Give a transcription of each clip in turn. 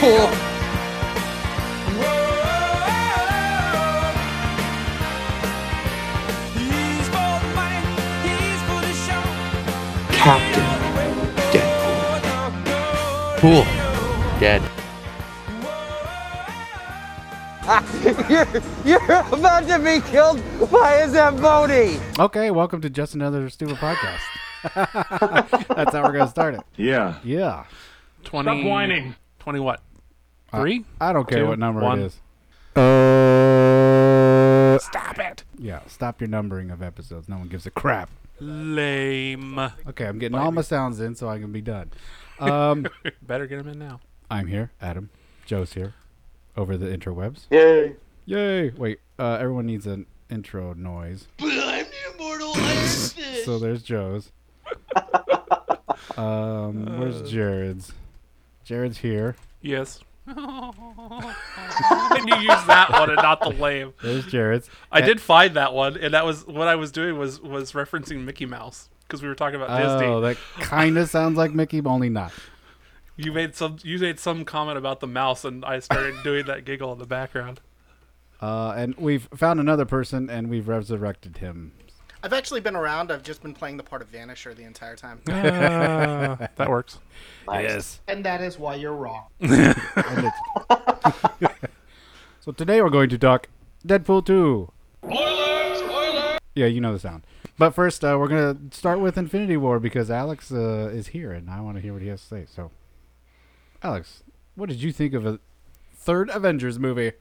cool. Captain Deadpool. Cool. Dead. you're, you're about to be killed by a Zamboni. Okay, welcome to just another stupid podcast. That's how we're gonna start it. Yeah. Yeah, 20. Stop whining. 20 what? Three? I don't care Two, what number one. it is. Stop it. Yeah, stop your numbering of episodes. No one gives a crap. Lame. Okay, I'm getting all my sounds in so I can be done. Um, Better get him in now. I'm here, Adam. Joe's here, over the interwebs. Yay. Yay! Wait, uh, everyone needs an intro noise. But I'm the immortal Iron Fist. So there's Joe's. Um, Uh. where's Jared's? Jared's here. Yes. and you used that one and not the lame. There's Jared's. I did find that one, and that was what I was doing was was referencing Mickey Mouse because we were talking about Oh, Disney. that kind of sounds like Mickey, but only not. You made some you made some comment about the mouse, and I started doing that giggle in the background. Uh, and we've found another person, and we've resurrected him. I've actually been around. I've just been playing the part of Vanisher the entire time. that works. Yes. and that is why you're wrong. So today we're going to talk Deadpool 2. Spoiler! Spoiler! Yeah, you know the sound. But first, uh, we're going to start with Infinity War because Alex uh, is here, and I want to hear what he has to say. So, Alex, what did you think of a third Avengers movie?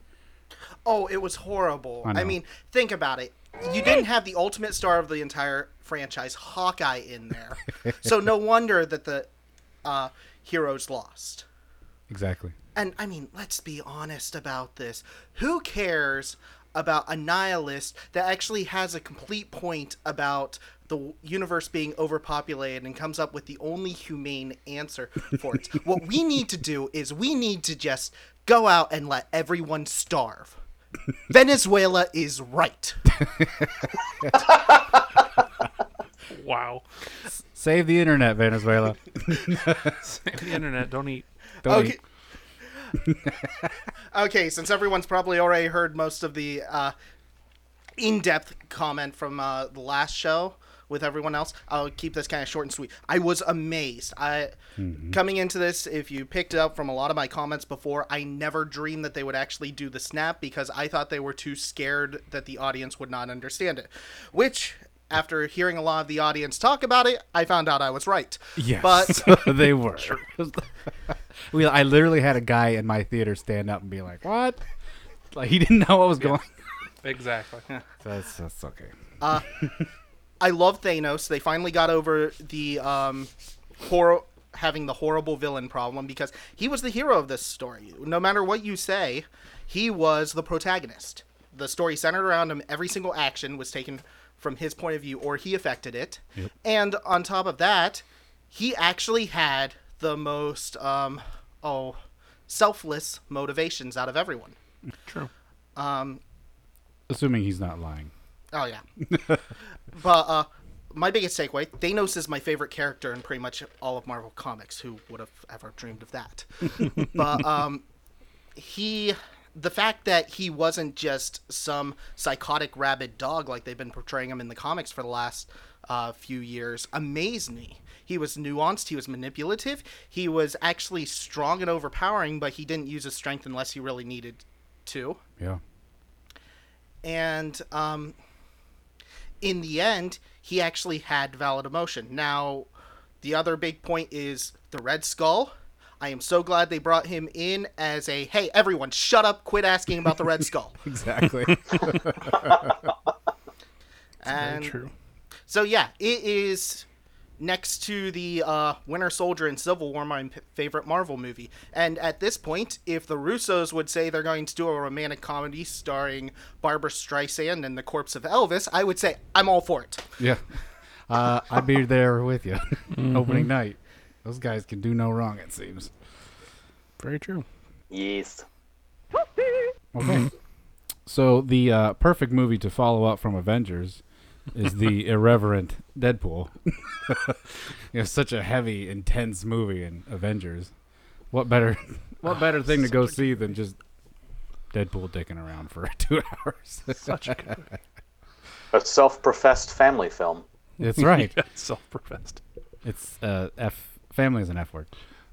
Oh, it was horrible. I I, know. mean, think about it. You didn't have the ultimate star of the entire franchise, Hawkeye, in there. so no wonder that the uh, heroes lost. Exactly. And I mean, let's be honest about this. Who cares about a nihilist that actually has a complete point about the universe being overpopulated and comes up with the only humane answer for it? what we need to do is we need to just go out and let everyone starve. Venezuela is right. Wow. Save the internet, Venezuela. the internet don't eat. Don't Okay. eat. okay, since everyone's probably already heard most of the uh, in-depth comment from uh, the last show with everyone else, I'll keep this kind of short and sweet. I was amazed. I coming into this, if you picked up from a lot of my comments before, I never dreamed that they would actually do the snap because I thought they were too scared that the audience would not understand it, which. After hearing a lot of the audience talk about it, I found out I was right. Yes, But they were. we, I literally had a guy in my theater stand up and be like, "What?" Like he didn't know what was going. Exactly. That's that's okay. I love Thanos. They finally got over the um, hor- having the horrible villain problem because he was the hero of this story. No matter what you say, he was the protagonist. The story centered around him. Every single action was taken from his point of view, or he affected it. And on top of that, he actually had the most um, oh selfless motivations out of everyone. True. Assuming he's not lying. Oh yeah. but uh my biggest takeaway, Thanos is my favorite character in pretty much all of Marvel Comics. Who would have ever dreamed of that? but um he the fact that he wasn't just some psychotic rabid dog like they've been portraying him in the comics for the last uh, few years amazed me he was nuanced he was manipulative he was actually strong and overpowering but he didn't use his strength unless he really needed to Yeah. and um, in the end, he actually had valid emotion. Now, the other big point is the Red Skull. I am so glad they brought him in as a hey, everyone, shut up, quit asking about the Red Skull. Exactly. and True. so, yeah, it is next to the uh, Winter Soldier and Civil War, my p- favorite Marvel movie. And at this point, if the Russos would say they're going to do a romantic comedy starring Barbara Streisand and the corpse of Elvis, I would say I'm all for it. yeah. Uh, I'd be there with you. Opening night. Those guys can do no wrong. It seems. Very true. Yes. Okay. so the uh, perfect movie to follow up from Avengers is the irreverent Deadpool. you know, such a heavy, intense movie in Avengers. What better What better thing to go see than just Deadpool dicking around for two hours? A self-professed family film. That's right. Yeah, self-professed. It's uh, F. Family is an F word.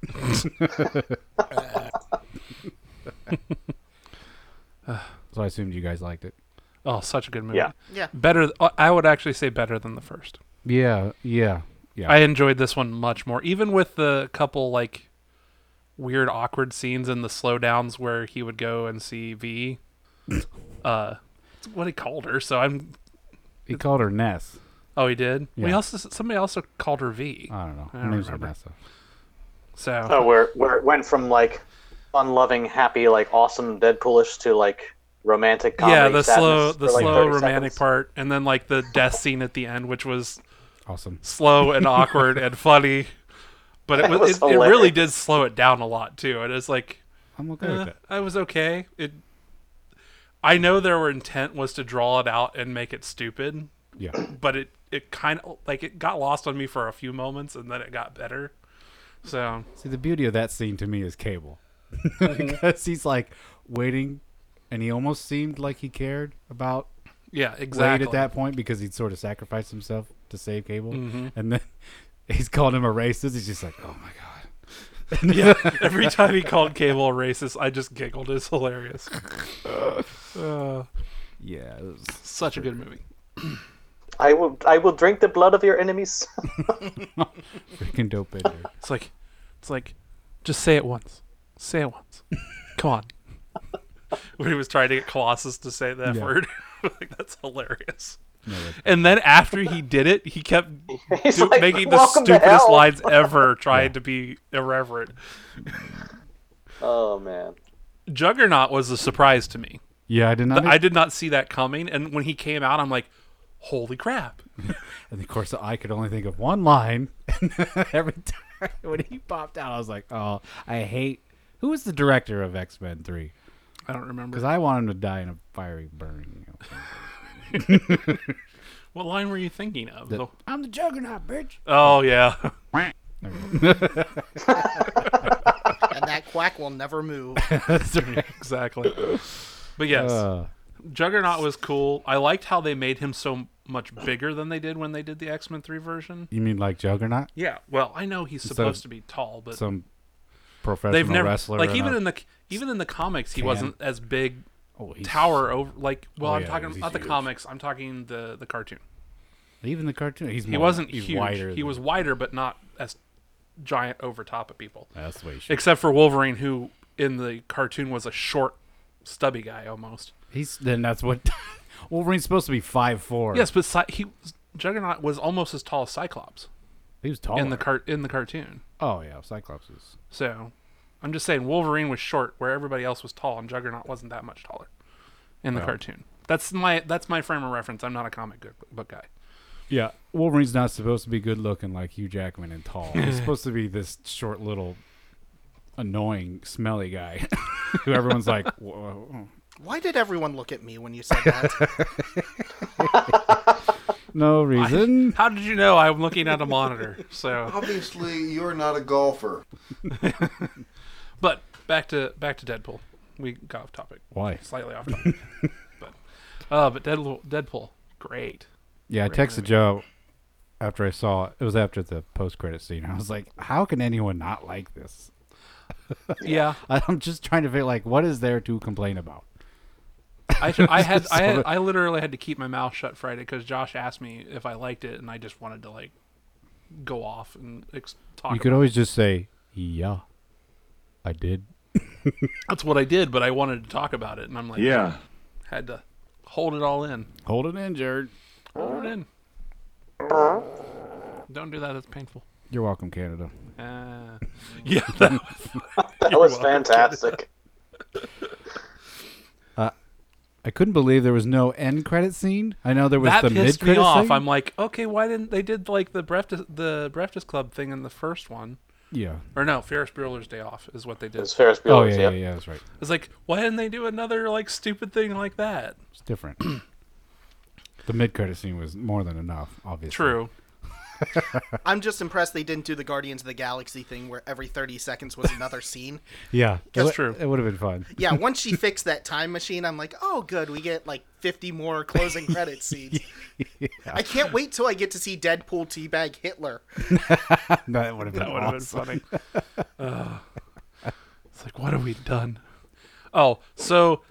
so I assumed you guys liked it. Oh, such a good movie. Yeah. Yeah. Better. th- I would actually say better than the first. Yeah, yeah, yeah. I enjoyed this one much more, even with the couple like weird, awkward scenes and the slowdowns where he would go and see V. uh, it's what he called her. So I'm. he called her Ness. Oh, he did. We Yeah. Uh, also somebody also called her V. I don't know. I Her name's remember. Vanessa. so Oh, where where it went from like unloving, happy, like awesome Deadpoolish to like romantic comedy. yeah, the slow, sadness the for, like, slow 30 romantic seconds. part, and then like the death scene at the end, which was Awesome. slow and awkward and funny. But it, That was, was it, it really hilarious. did slow it down a lot too. It is like I'm okay eh, with that. I was okay. It. I know their intent was to draw it out and make it stupid, Yeah. but it it kind of like it got lost on me for a few moments, and then it got better. So See, the beauty of that scene to me is Cable, because he's like waiting, and he almost seemed like he cared about yeah, Wade exactly. at that point because he'd sort of sacrificed himself to save Cable, Mm-hmm. and then he's calling him a racist. He's just like, oh my god. Every time he called Cable a racist, I just giggled. It's hilarious. Uh, Yeah. it was- such a good movie. I will I will drink the blood of your enemies. freaking dope in there. It's like, it's like, just say it once. Say it once. Come on. when he was trying to get Colossus to say that Yeah. word, like that's hilarious. No, like, And then after he did it, he kept He's do- like, making the "Welcome to stupidest hell." lines ever, trying to be irreverent. Oh man. Juggernaut was a surprise to me. yeah, I did not. I did not see that coming, and when he came out, I'm like, "Holy crap!" and of course, I could only think of one line. And every time when he popped out, I was like, oh, I hate. Who was the director of X Men Three? I don't remember. Because I want him to die in a fiery burning. you know. What line were you thinking of? The- I'm the Juggernaut, bitch. oh yeah, and that quack will never move. That's right. exactly. But yes, Uh, Juggernaut was cool. I liked how they made him so much bigger than they did when they did the X Men Three version. you mean like Juggernaut? Yeah. Well, I know he's Instead supposed of to be tall, but Some professional they've never wrestler. like and even a- in the even in the comics he Can. wasn't as big Oh, he's- tower over like well Oh, I'm yeah, talking he's not the huge. comics I'm talking the the cartoon. even the cartoon. He's He more- wasn't he's huge. Wider he than- was wider, but not as giant over top of people. That's the way he should. Except for Wolverine, who in the cartoon was a short, stubby guy almost. He's then that's what Wolverine's supposed to be five four. Yes, but Cy- he Juggernaut was almost as tall as Cyclops he was taller. in the car- in the cartoon. oh yeah, Cyclops is. So I'm just saying Wolverine was short where everybody else was tall and Juggernaut wasn't that much taller in the Well. cartoon. That's my that's my frame of reference. I'm not a comic book- book guy. Yeah, Wolverine's not supposed to be good looking like Hugh Jackman and tall. He's supposed to be this short little, annoying, smelly guy who everyone's like, Whoa. Why did everyone look at me when you said that? no reason. How did you know I'm looking at a monitor? So, Obviously, you're not a golfer. but back to back to Deadpool. We got off topic. Why? Slightly off topic. but uh but Deadpool, Deadpool great. Yeah, I texted Joe after I saw it. It was after the post credit scene. I was like, how can anyone not like this? Yeah. I'm just trying to figure like what is there to complain about. I, I had I had, I literally had to keep my mouth shut Friday because Josh asked me if I liked it and I just wanted to like go off and ex- talk You could about it. always just say, yeah, I did. That's what I did, but I wanted to talk about it, and I'm like, Yeah. had to hold it all in. Hold it in, Jared. Hold it in. Don't do that. That's painful. You're welcome, Canada. Uh, yeah, that, That was fantastic. I couldn't believe there was no end credit scene. I know there was that the mid pissed me credit off. scene. I'm like, okay, why didn't they did like the breakfast the breakfast club thing in the first one? yeah. Or no, Ferris Bueller's Day Off is what they did. It's Ferris Oh Bueller's. yeah, yeah, yep. yeah, that's right. It's like, why didn't they do another like stupid thing like that? It's different. the mid credit scene was more than enough, obviously. True. I'm just impressed they didn't do the Guardians of the Galaxy thing where every 30 seconds was another scene. Yeah, That's it, true. It would have been fun. Yeah, once she fixed that time machine, I'm like, oh, good, we get like 50 more closing credit scenes. I can't wait till I get to see Deadpool teabag Hitler. No, that would have been. That would have been awesome. funny. Ugh. it's like, what have we done? Oh, so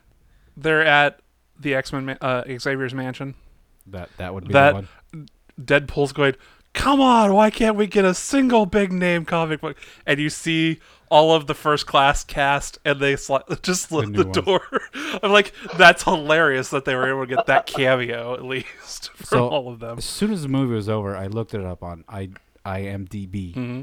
they're at the X Men, uh, Xavier's mansion. That that would be the That one. Deadpool's going, come on, why can't we get a single big name comic book? And you see all of the first class cast, and they sli- just slit new the, ones. door. I'm like, that's hilarious that they were able to get that cameo at least from So- all of them. As soon as the movie was over, I looked it up on I IMDb Mm-hmm.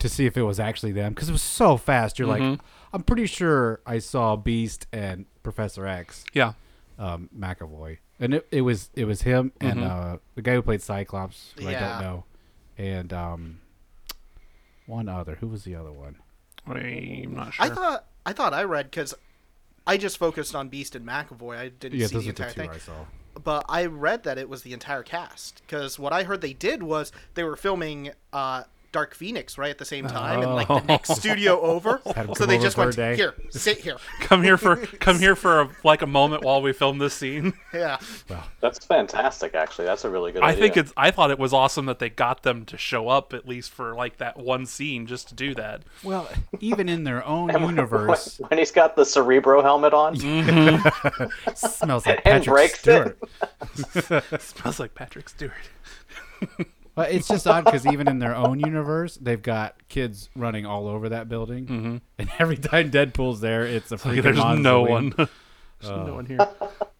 to see if it was actually them because it was so fast. You're like, Mm-hmm. I'm pretty sure I saw Beast and Professor X, Yeah, um, McAvoy, and it, it was it was him and uh, the guy who played Cyclops, who I Yeah. don't know, and um, one other. Who was the other one? I'm not sure. I thought I thought I read because I just focused on Beast and McAvoy. I didn't Yeah, see those the are the entire two thing. I saw. but I read that it was the entire cast because what I heard they did was they were filming uh, Dark Phoenix right at the same time and like the next studio over, Oh. Had him so come they over just for a went day. here, sit here, come here for come here for a, like a moment while we film this scene. yeah, That's fantastic, actually. That's a really good I idea. think it's I thought it was awesome that they got them to show up at least for like that one scene just to do that. Well, even in their own universe, When he's got the Cerebro helmet on, smells like And Patrick breaks it. Stewart. Smells like Patrick Stewart. But it's just odd because even in their own universe, they've got kids running all over that building, mm-hmm. and every time Deadpool's there, it's a freaking. there's no mausoleum. one. There's no one here.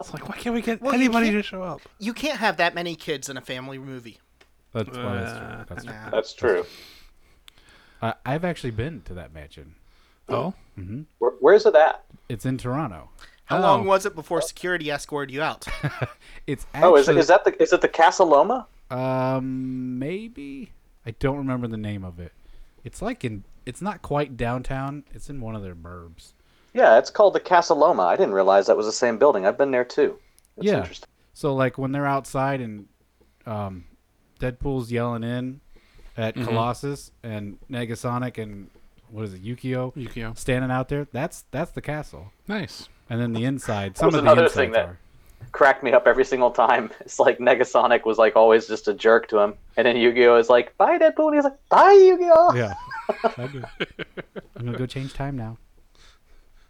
It's like why Oh. can't we get anybody to show up? you can't have that many kids in a family movie. That's, well, that's true. That's true. that's true. I, I've actually been to that mansion. Oh, Where, where's it at? It's in Toronto. How Oh, long was it before security escorted you out? It's actually. Oh, is, it, is that the is it the Casa Loma? Um, maybe I don't remember the name of it. It's like in. It's not quite downtown. It's in one of their burbs. Yeah, it's called the Casa Loma. I didn't realize that was the same building. I've been there too. That's yeah. interesting. So like when they're outside and um, Deadpool's yelling in at Colossus and Negasonic and what is it Yukio Yukio. standing out there. That's that's the castle. Nice. And then the inside, some was of the another insides thing that- are. Cracked me up every single time. It's like Negasonic was like always just a jerk to him, and then Yu-Gi-Oh is like, "Bye, Deadpool," and he's like, "Bye, Yu-Gi-Oh." Yeah. I do. I'm gonna go change time now.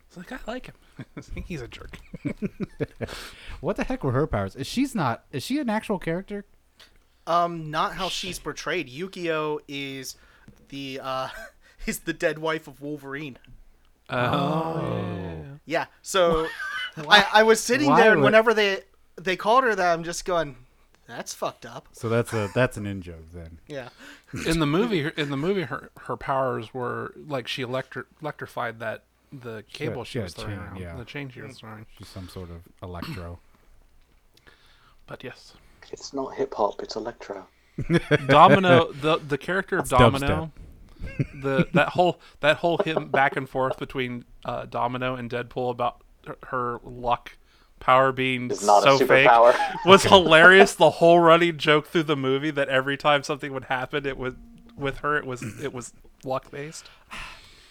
It's like I like him. I think he's a jerk. What the heck were her powers? Is she's not? Is she an actual character? Um, not how she's portrayed. Yukio is the uh, is the dead wife of Wolverine. Oh. Yeah. So I, I was sitting Why there, and would- whenever they they called her that, I'm just going, "That's fucked up." So that's a that's an in joke then. Yeah. In the movie, in the movie, her her powers were like she electri- electrified that the cable had- she, she had was a throwing chain, around, yeah. the chain she was throwing. She's some sort of electro. But yes, It's not hip hop. It's electro. Domino, the the character of Domino, dubstep. the that whole that whole him back and forth between uh, Domino and Deadpool about her, her luck power being It's not so a fake superpower. was hilarious. The whole running joke through the movie that every time something would happen, it was with her, it was it was luck based.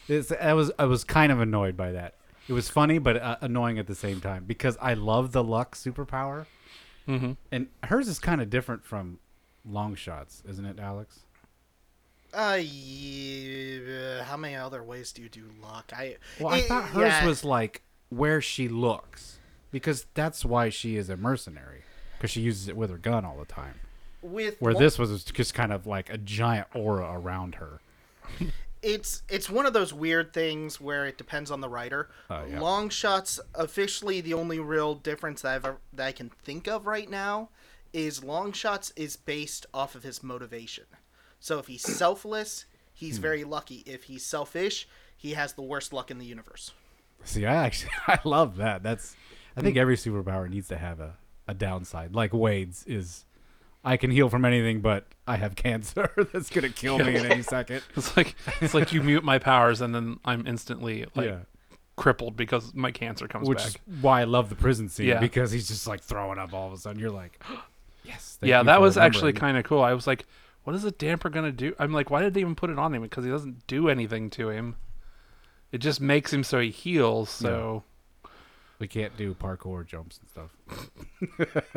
It's, I was I was kind of annoyed by that. It was funny, but uh, annoying at the same time because I love the luck superpower, Mm-hmm. and hers is kind of different from long shots, isn't it, Alex? Uh, yeah, how many other ways do you do luck? I Well, I it- thought hers yeah. was like where she looks because that's why she is a mercenary because she uses it with her gun all the time. with Where Wol- this was is just kind of like a giant aura around her. it's it's one of those weird things where it depends on the writer. Oh, yeah. Long shots officially the only real difference that I've ever, that I can think of right now is long shots is based off of his motivation. So if he's selfless, he's Hmm. very lucky. If he's selfish, he has the worst luck in the universe. See, I actually I love that. That's I think every superpower needs to have a, a downside. Like Wade's is I can heal from anything, but I have cancer that's gonna kill me in any second. It's like it's like you mute my powers and then I'm instantly like yeah. crippled because my cancer comes Which back. is why I love the prison scene Yeah. because he's just like throwing up all of a sudden. You're like, yes. thank yeah, you that for was actually remembering." kind of cool. I was like, what is the damper gonna do? I'm like, why did they even put it on him? Because he doesn't do anything to him. It just makes him so he heals. So We can't do parkour jumps and stuff.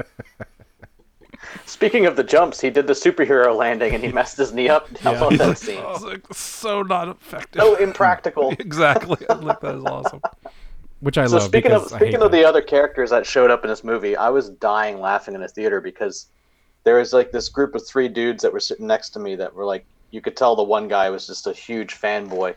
Speaking of the jumps, he did the superhero landing and he messed his knee up. How about that scene? it's like so not effective. So impractical. exactly. I like that is awesome. Which I So love. speaking of because I hate speaking of that. the other characters that showed up in this movie, I was dying laughing in the theater because there was like this group of three dudes that were sitting next to me that were like you could tell the one guy was just a huge fanboy.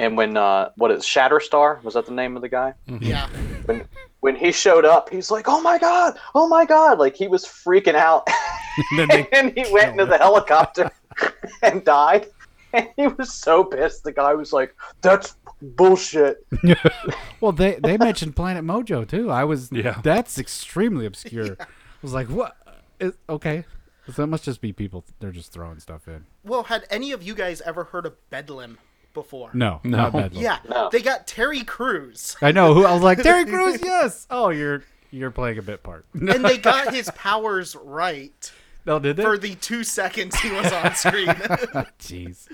And when uh what is Shatterstar? Was that the name of the guy? Mm-hmm. Yeah. When when he showed up, he's like, "Oh my god! Oh my god!" Like he was freaking out. Then they- and he went into the helicopter and died. And he was so pissed. The guy was like, "That's bullshit." well, they they mentioned Planet Mojo too. I was Yeah. That's extremely obscure. I was like, what? Is- okay, so that must just be people. They're just throwing stuff in. Well, had any of you guys ever heard of Bedlam before? No, No. not Bedlam. Yeah. No. They got Terry Crews. I know. Who I was like, Terry Crews. Yes. Oh, you're you're playing a bit part. And they got his powers right no, Oh, did they? for the two seconds he was on screen. Jeez.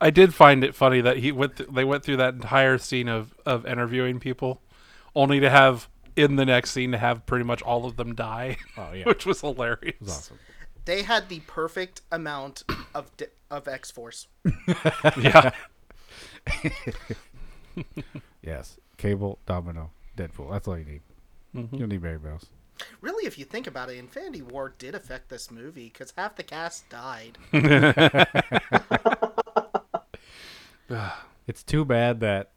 I did find it funny that he went. Th- they went through that entire scene of of interviewing people, only to have in the next scene to have pretty much all of them die. Oh, yeah. which was hilarious. Awesome. they had the perfect amount of di- of X Force. Yeah, Yes. Cable, Domino, Deadpool. That's all you need. Mm-hmm. You don't need Mary Bells. Really, if you think about it, Infinity War did affect this movie because half the cast died. It's too bad that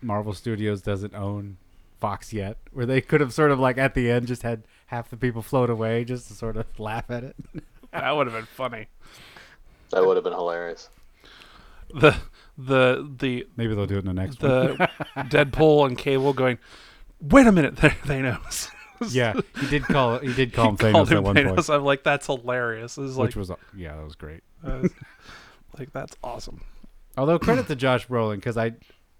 Marvel Studios doesn't own Fox yet, where they could have sort of like at the end just had half the people float away just to sort of laugh at it. that would have been funny. That would have been hilarious. The the the Maybe they'll do it in the next one. the Deadpool and Cable going. Wait a minute, there Thanos. Yeah, he did call he did call him Called Thanos him at one Thanos. point, I'm like, that's hilarious. This is like, which was yeah, that was great. like that's awesome. Although credit to Josh Brolin because I,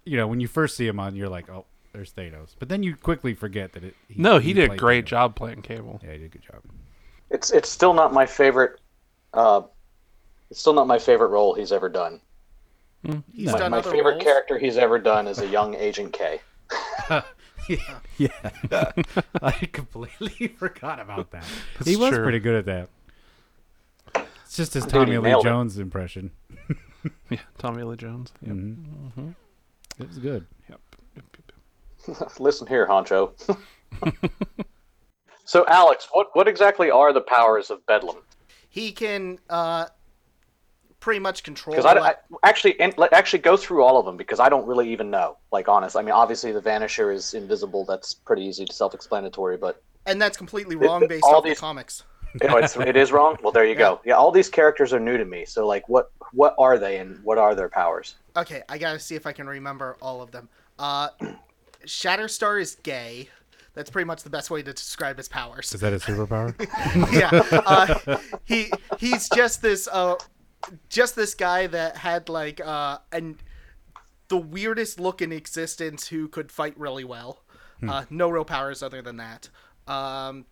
you know, when you first see him on, you're like, oh, there's Thanos, but then you quickly forget that it. No, he, did a played great Thanos. job playing Cable. Yeah, he did a good job. It's it's still not my favorite. Uh, it's still not my favorite role he's ever done. He's My, done my other favorite roles. character he's ever done is a young Agent K. Yeah, I completely forgot about that. he That's was true. pretty good at that. It's just his he Tommy Lee nailed it. Jones impression. Yeah, Tommy Lee Jones. Yep. It was good. Yep. Yep, yep, yep. Listen here, Honcho. so, Alex, what what exactly are the powers of Bedlam? He can uh, pretty much control. Because I, what- I- actually and, let- actually go through all of them because I don't really even know. Like, honest, I mean, obviously the Vanisher is invisible. That's pretty easy to self-explanatory, but and that's completely wrong based all off these- the comics. you know, it's, it is wrong. Well, there you go. Yeah, all these characters are new to me. So, like, what what are they and what are their powers? Okay, I gotta see if I can remember all of them. Uh, Shatterstar is gay. That's pretty much the best way to describe his powers. Is that his superpower? yeah. Uh, he he's just this uh, just this guy that had like uh, an the weirdest look in existence who could fight really well. Uh, no real powers other than that. Um,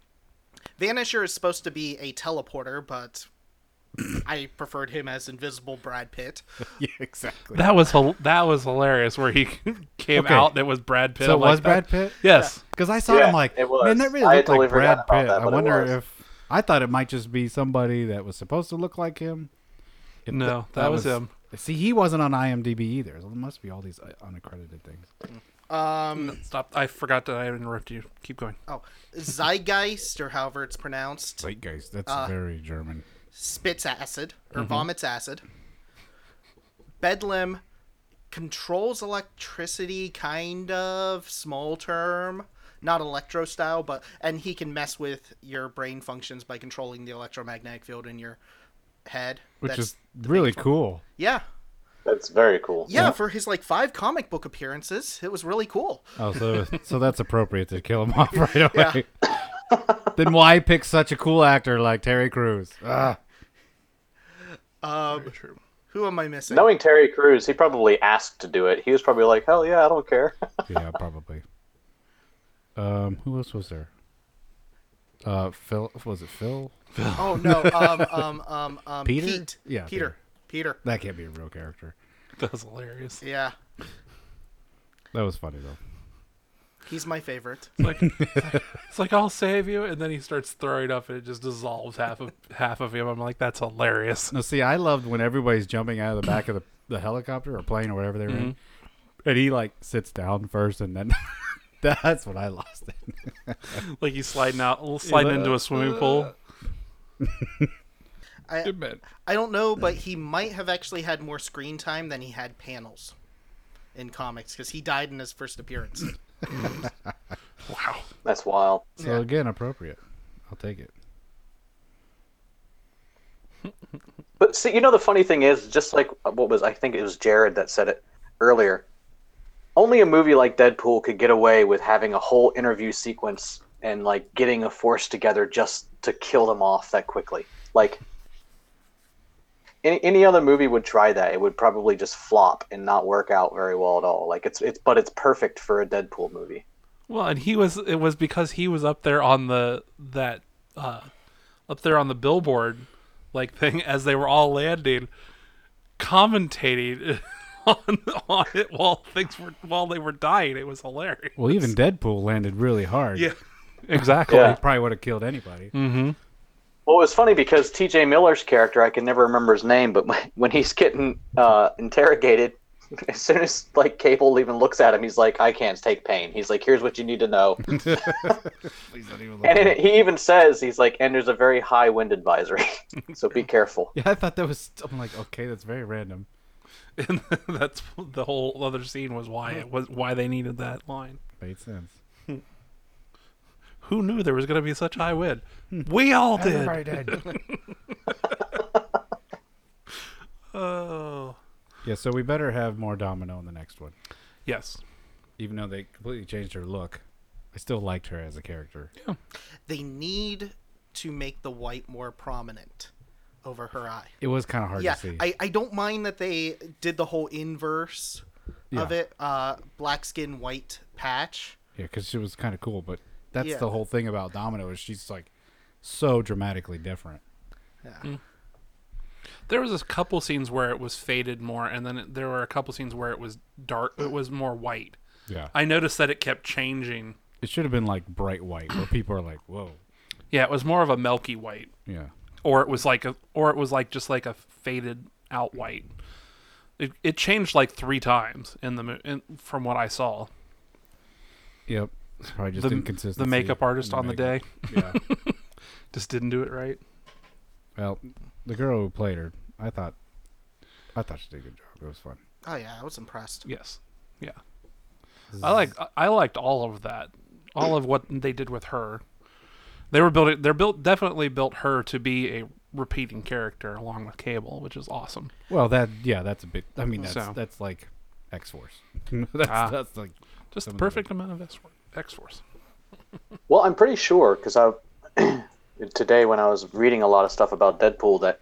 Vanisher is supposed to be a teleporter, but I preferred him as Invisible Brad Pitt. yeah, exactly. That was hil- that was hilarious. Where he came Okay. out and it was Brad Pitt. so it I'm like, was Brad that- Pitt? Yes. Because I saw Yeah, him like, it was. man, that really I looked totally like Brad forgot about Pitt. that, I but it wonder was. if I thought it might just be somebody that was supposed to look like him. If No, th- that was him. See, he wasn't on IMDb either. So there must be all these uh, unaccredited things. Um, Stop. I forgot that I interrupted you. Keep going. oh, Zeitgeist or however it's pronounced, Zeitgeist. That's very German. spits acid or Mm-hmm. vomits acid. Bedlam controls electricity, kind of small term, not electro style, but and he can mess with your brain functions by controlling the electromagnetic field in your head. Which That's- is really cool. yeah. That's very cool. Yeah, for his like five comic book appearances, it was really cool. Oh, so, so that's appropriate to kill him off right away. then why pick such a cool actor like Terry Crews? Ah, Um, who am I missing? Knowing Terry Crews, he probably asked to do it. He was probably like, "Hell yeah, I don't care." yeah, probably. Um, who else was there? Uh, Phil was it Phil? Oh no, um, um, um, um, Peter? Pete. Yeah, Peter. Peter. That can't be a real character. That's hilarious. Yeah, That was funny though. he's my favorite. It's like, it's like- it's like I'll save you, and then he starts throwing up, and it just dissolves half of half of him. I'm like, that's hilarious. No, see, I loved when everybody's jumping out of the back of the, the helicopter or plane or whatever they were in, Mm-hmm. and he like sits down first, and then that's when I lost it. Like he's sliding out, sliding into a swimming pool. I, I don't know, but he might have actually had more screen time than he had panels in comics because he died in his first appearance. Wow. That's wild. So Yeah. again, appropriate. I'll take it. But see, you know, the funny thing is, just like what was I think it was Jared that said it earlier. Only a movie like Deadpool could get away with having a whole interview sequence and like getting a force together just to kill them off that quickly. Like any, any other movie would try that, it would probably just flop and not work out very well at all. Like it's it's but it's perfect for a Deadpool movie. Well, and he was. It was because he was up there on the that uh, up there on the billboard like thing as they were all landing, commentating on on it while things were while they were dying. It was hilarious. Well, even Deadpool landed really hard. Yeah. Mm. Exactly. Yeah. He probably would have killed anybody. Well, it was funny because T.J. Miller's character, I can never remember his name, but when- when he's getting uh, interrogated, as soon as like Cable even looks at him, he's like, "I can't take pain." He's like, "Here's what you need to know," and in it, he even says, "He's like, and there's a very high wind advisory, so be careful." Yeah, I thought that was. I'm like, okay, that's very random. And that's the whole other scene was why it was why they needed that line. Made sense. Who knew there was going to be such high wind? We all did. did. Oh. yeah, so we better have more Domino in the next one. Yes. Even though they completely changed her look, I still liked her as a character. they need to make the white more prominent over her eye. It was kind of hard yeah, to see. I, I don't mind that they did the whole inverse of Yeah. it. Uh, black skin, white patch. Yeah, because she was kind of cool, but that's Yeah. the whole thing about Domino is she's like so dramatically different. There was a couple scenes where it was faded more, and then it, there were a couple scenes where it was dark. It was more white. Yeah, I noticed that it kept changing. it should have been like bright white, where people are like, "Whoa, Yeah, it was more of a milky white, yeah." or it was like a, or it was like just like a faded out white. It, it changed like three times in the mo- in, from what I saw. Yep, it's probably just The- inconsistent. the makeup artist on the day Yeah. just didn't do it right. well, the girl who played her, I thought, I thought she did a good job. It was fun. Oh yeah, I was impressed. Yes. Yeah. I like I liked all of that. All of what they did with her. They were building they're built definitely built her to be a repeating character along with Cable, which is awesome. Well, that yeah, that's a bit. I mean, that's So. that's like X Force. that's Ah. that's like Just Some of the- the perfect amount of X X Force. Well, I'm pretty sure because I today when I was reading a lot of stuff about Deadpool that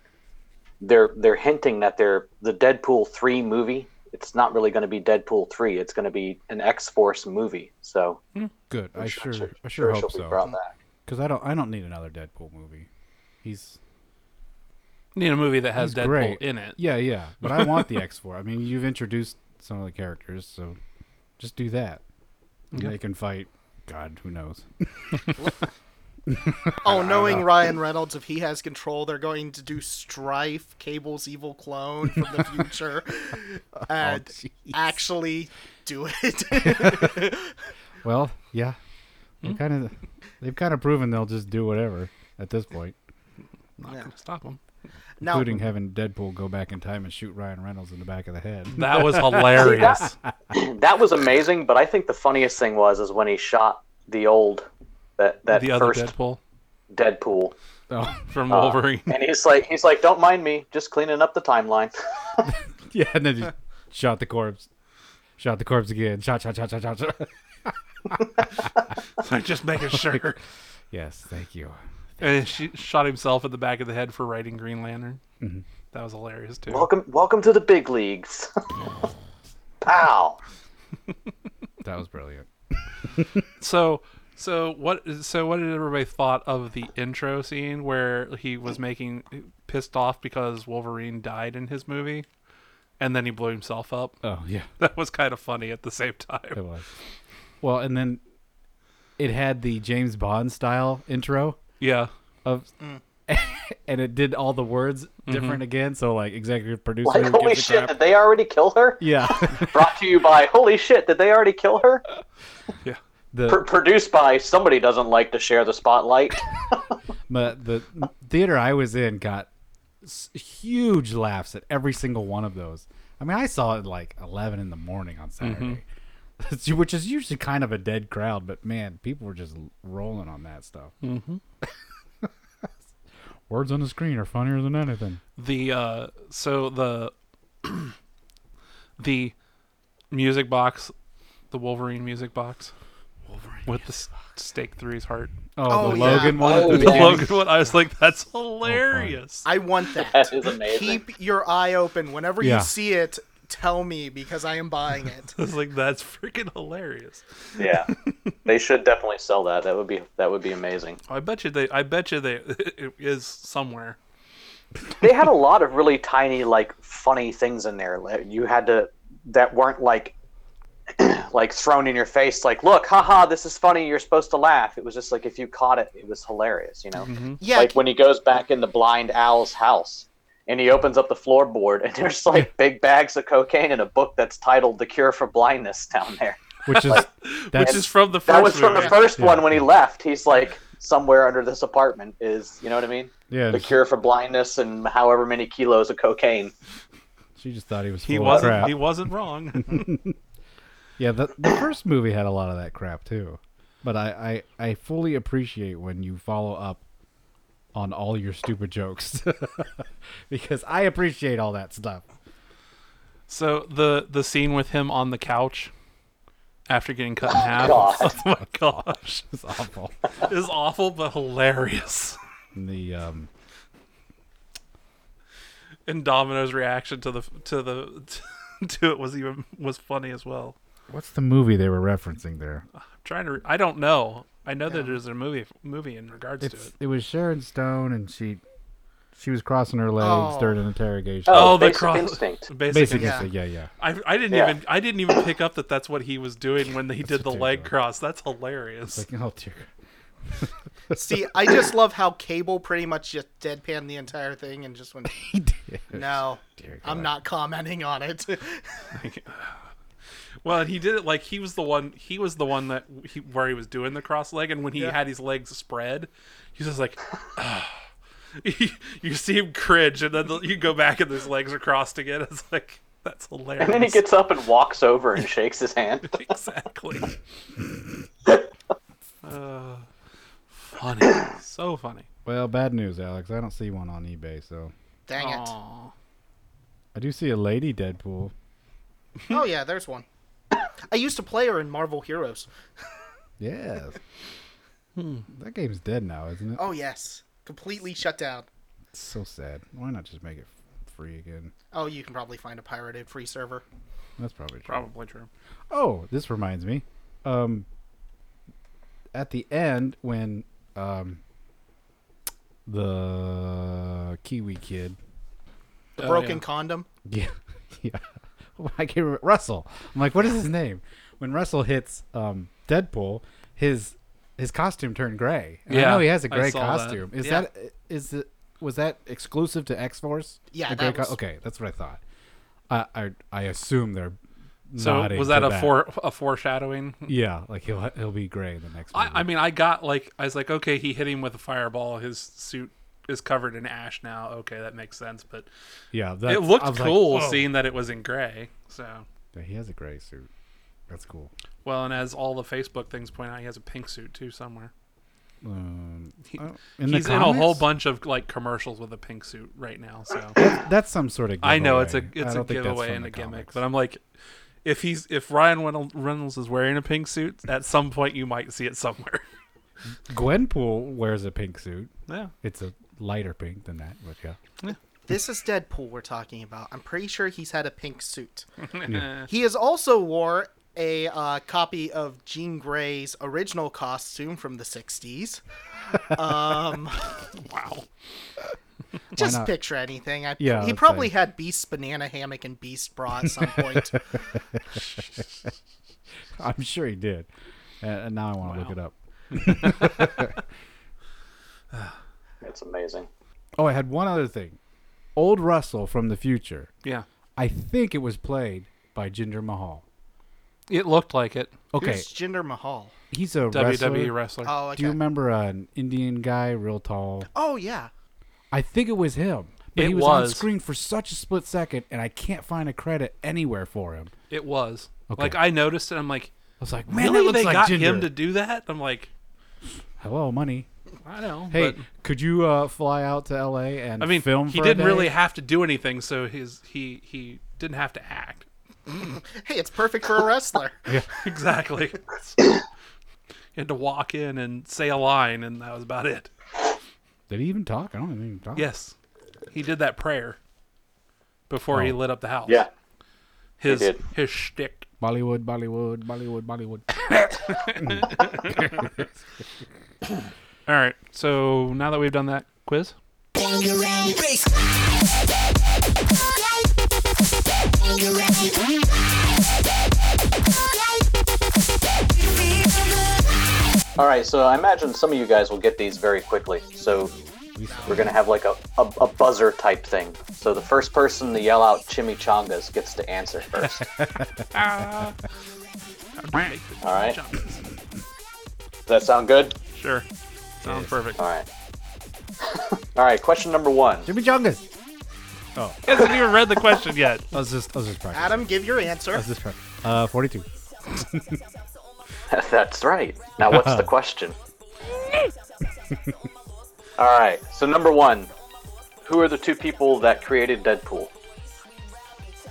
they're they're hinting that they're the Deadpool three movie. It's not really going to be Deadpool three. It's going to be an X Force movie. So good. I sure, I sure sure she'll hope be brought so. back. Because I don't I don't need another Deadpool movie. He's Need a movie that has He's Deadpool great. in it. Yeah, yeah. But I want the X Four. I mean, you've introduced some of the characters, so just do that. And They can fight. God, who knows? Oh, knowing Ryan Reynolds, if he has control, they're going to do Strife, Cable's evil clone from the future, and actually do it. Well, yeah. They kind of they've kind of proven they'll just do whatever at this point, Not Yeah. gonna stop him. now, including having Deadpool go back in time and shoot Ryan Reynolds in the back of the head. That was hilarious. That was amazing. But I think the funniest thing was is when he shot the old that that the other first Deadpool Deadpool, Oh, from Uh, Wolverine. and he's like he's like, don't mind me, just cleaning up the timeline. yeah, and then just shot the corpse. Shot the corpse again. Shot, shot, shot, shot, shot, shot. Just making sure. yes, thank you. and she shot himself in the back of the head for writing Green Lantern. That was hilarious too. welcome, welcome to the big leagues. Pow. That was brilliant. So, So what? So what did everybody thought of the intro scene where he was making pissed off because Wolverine died in his movie, and then he blew himself up? Oh yeah, That was kind of funny at the same time. it was. Well, and then it had the James Bond style intro Yeah, of, and it did all the words different again. So like executive producer, Like, who holy gives a shit, crap. did they already kill her? Yeah, Brought to you by, holy shit, did they already kill her? Pr- the produced by, somebody doesn't like to share the spotlight. my, the theater I was in got s- huge laughs at every single one of those. I mean, I saw it at, like eleven in the morning on Saturday, which is usually kind of a dead crowd. But man, people were just rolling on that stuff. Mm-hmm. Words on the screen are funnier than anything. the uh so the the music box the wolverine music box wolverine with the s- stake through his heart Oh, Oh, the yeah. Logan one. at Oh, the yeah. the beginning. logan one i was like that's hilarious I want that. That is amazing. Keep your eye open whenever Yeah. you see it. Tell me because I am buying it. I was like that's freaking hilarious yeah. They should definitely sell that. That would be that would be amazing. "Oh, i bet you they i bet you they it is somewhere they had a lot of really tiny like funny things in there Like, you had to that weren't like like thrown in your face like look haha this is funny you're supposed to laugh it was just like if you caught it it was hilarious you know Mm-hmm. Yeah, like when he goes back in the blind owl's house and he opens up the floorboard and there's like big bags of cocaine and a book that's titled the cure for blindness down there which is that's which is from the first that was from the movie. first Yeah. one when he left he's like somewhere under this apartment is you know what i mean yeah. the cure for blindness and however many kilos of cocaine She just thought he was full he of wasn't crap. he wasn't wrong Yeah, the, the first movie had a lot of that crap too. But I, I, I fully appreciate when you follow up on all your stupid jokes because I appreciate all that stuff. so the the scene with him on the couch after getting cut in half God. oh my gosh It's awful. is awful but hilarious. And the um And Domino's reaction to the to the to it was even was funny as well. what's the movie they were referencing there? I'm trying to. Re- I don't know. I know that there's a movie movie in regards to It's, it. it was Sharon Stone and she she was crossing her legs Oh. during an interrogation. Oh, Oh, the Basic cross- Instinct. Basic Basically, Instinct. yeah, yeah. yeah. I, I didn't Yeah. even I didn't even pick up that that's what he was doing when he did the leg ridiculous. cross. That's hilarious. Like, oh dear. See, I just love how Cable pretty much just deadpanned the entire thing and just went, "No, I'm not commenting on it." Well, and he did it like he was the one. He was the one that he, where he was doing the cross leg, and when he had his legs spread, he's just like. you see him cringe, and then you go back, and his legs are crossed again. It's like that's hilarious. And then he gets up and walks over and shakes his hand. exactly. uh, funny, so funny. Well, bad news, Alex. I don't see one on eBay, so Dang it! Aw. I do see a lady Deadpool. Oh yeah, there's one. I used to play her in Marvel Heroes. Yes. That game's dead now, isn't it? Oh yes, completely shut down. It's so sad. Why not just make it f- free again? Oh, you can probably find a pirated free server. That's probably true. Probably true. Oh, this reminds me. Um, at the end, when um, the Kiwi kid, The Oh, broken yeah. condom. yeah, yeah, I can't remember Russell. I'm like, what is his name? When Russell hits um, Deadpool, his his costume turned gray. And I Yeah, know he has a I gray saw that. costume. Is Yeah. that is it? Was that exclusive to X Force? Yeah, The gray that was- okay, that's what I thought. I I, I assume they're. So nodding was that to a fore, a foreshadowing? Yeah, like he'll he'll be gray in the next. Movie. I, I mean, I got like I was like, okay, he hit him with a fireball. His suit is covered in ash now. Okay, that makes sense. But yeah, that's, it I looked was like, cool "Whoa." seeing that it was in gray. So Yeah, he has a gray suit. That's cool. well, and as all the Facebook things point out, he has a pink suit too somewhere. Um, He- I don't- in the He's in a whole comics? bunch of like commercials with a pink suit right now. So That's some sort of. Giveaway. I know it's a I it's a don't think that's giveaway from and the a gimmick, comics. but I'm like, if he's if Ryan Reynolds- Reynolds is wearing a pink suit, at some point you might see it somewhere. Gwenpool wears a pink suit. yeah. It's a lighter pink than that, but yeah. This is Deadpool we're talking about. I'm pretty sure he's had a pink suit. he has also wore a uh, copy of Jean Grey's original costume from the 60s. Um, Wow. just not? picture anything. I, Yeah, he that's probably fine. had Beast's banana hammock and Beast bra at some point. I'm sure he did. And, and now I want to look Wow. it up. It's amazing. Oh, I had one other thing. Old Russell from the future. Yeah. I think it was played by Jinder Mahal. It looked like it. Okay, Who's Jinder Mahal? he's a wrestler. WWE wrestler. Oh, Do you okay. remember an Indian guy, real tall? Oh, yeah. I think it was him. But It he was, on was. screen for such a split second, and I can't find a credit anywhere for him. It was. Okay. Like I noticed it. I'm like, I was like, man, really? that looks they like got Jinder. him to do that? I'm like, Hello, money. I know. Hey, but- could you uh, fly out to L.A. and I mean, film? he for didn't a day? really have to do anything, so his he he didn't have to act. Hey, it's perfect for a wrestler. Exactly. he had to walk in and say a line, and that was about it. Did he even talk? I don't think he talked. Yes, he did that prayer before he Oh. lit up the house. Yeah. his did. his shtick. Bollywood, Bollywood, Bollywood, Bollywood. All right. So now that we've done that quiz, All right, so I imagine some of you guys will get these very quickly. So we're gonna have like a, a, a buzzer type thing. So the first person to yell out "chimichangas" gets to answer first. All right, does that sound good? sure. Sounds perfect. All right. All right. Question number one. Jimmy Chungus. He hasn't even read the question yet. I was just, I was just practicing. Adam, give your answer. I was just practicing. Uh, forty-two. That's right. Now, what's the question? All right. So number one, who are the two people that created Deadpool?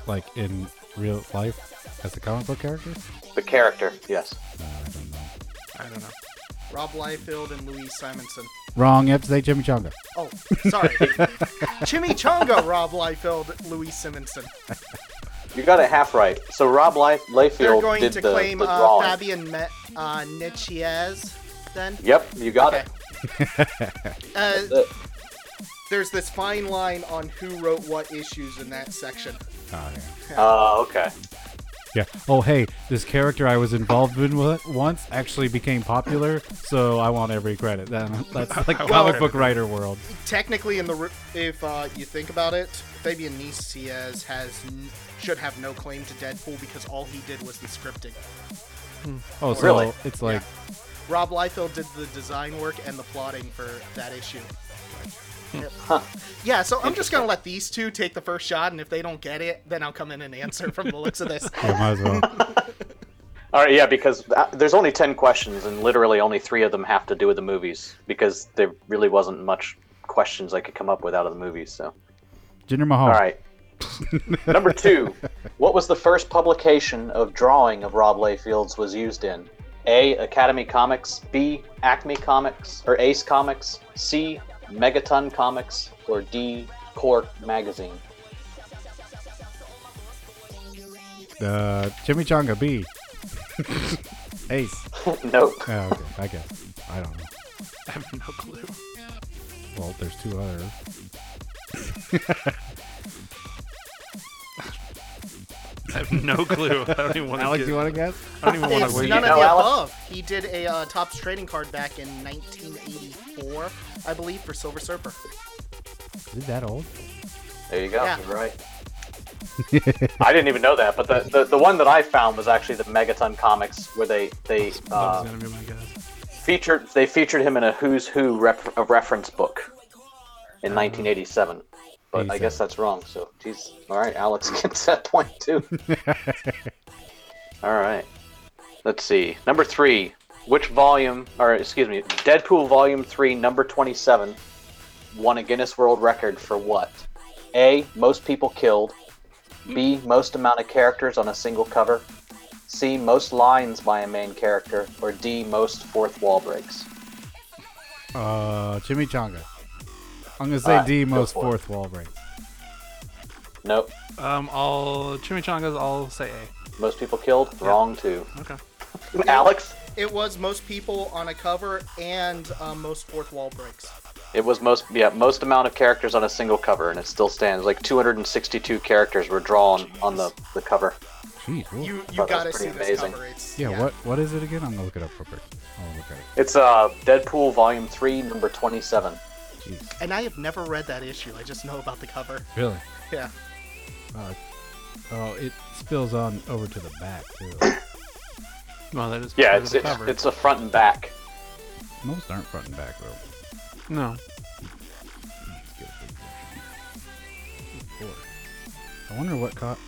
Like in real life, as a comic book character. The character, yes. I don't know. Rob Liefeld and Louise Simonson. Wrong. You have to say Jimmy Chunga. Oh, sorry. Chimichanga, Rob Liefeld, Louise Simonson. You got it half right. So Rob Life- They're Layfield going did to the, claim the uh, drawing. Fabian Me- uh, Nietzsche's then? Yep, you got Okay. it. Uh, it. there's this fine line on who wrote what issues in that section. Oh, yeah. Oh, okay. Yeah. Oh, hey, this character I was involved in with once actually became popular, so I want every credit. That- That's like comic book writer world. Technically, in the ri- if uh, you think about it, Fabian Nietzsche's has n- should have no claim to Deadpool because all he did was the scripting. Oh, so Really? it's like, Rob Liefeld did the design work and the plotting for that issue. Yep. Yeah, so I'm just gonna let these two take the first shot, and if they don't get it, then I'll come in and answer from the looks of this. yeah, might as well. All right, yeah, because uh, there's only 10 questions, and literally only three of them have to do with the movies, because there really wasn't much questions I could come up with out of the movies, so. Jinder Mahal. All right. Number two, what was the first publication of drawing of Rob Layfield's was used in? A. Academy Comics. B. Acme Comics or Ace Comics. C. Megaton Comics or D. Cork Magazine. Uh, Jimmy Chunga, B. Ace. nope. Oh, okay, I guess. I don't know. I have no clue. Well, there's two others. I have no clue. I don't even want Alex, to. you want to guess? I don't even want It's to wait. none of know, the Alex? above. He did a uh, Topps trading card back in 1984, I believe, for Silver Surfer. Is it that old? There you go. Yeah. You're right. I didn't even know that, but the, the, the one that I found was actually the Megaton Comics, where they they That uh, was gonna be my guess. featured they featured him in a Who's Who rep- a reference book in 1987. But I guess 87. that's wrong. So, geez. All right, Alex gets that point too. All right. Let's see. Number three. Which volume, or excuse me, Deadpool Volume 3, number 27, won a Guinness World Record for what? A. Most people killed. B. Most amount of characters on a single cover. C. Most lines by a main character. Or D. Most fourth wall breaks. Uh, Jimmy Chunga. I'm going to say All right, D, go most for it. fourth wall break. Nope. Um, I'll chimichangas. I'll say A. Most people killed. Wrong too. Okay. Alex, It was most people on a cover and uh, most fourth wall breaks. it was most yeah most amount of characters on a single cover, and it still stands. Like 262 characters were drawn on the the cover. Jeez. whoa. You you Thought that gotta was see Oh, pretty this amazing. cover. It's yeah, What What is it again? I'm gonna look it up real quick. I'll look at it. It's uh Deadpool Volume Three, Number 27. Jeez. And I have never read that issue. I just know about the cover. Really? Yeah. Oh, it spills on over to the back too. Well, that is Yeah, part of it's the it's, cover. it's a front and back. Most aren't front and back though. no. Let's get a big version. Four. I wonder what caught.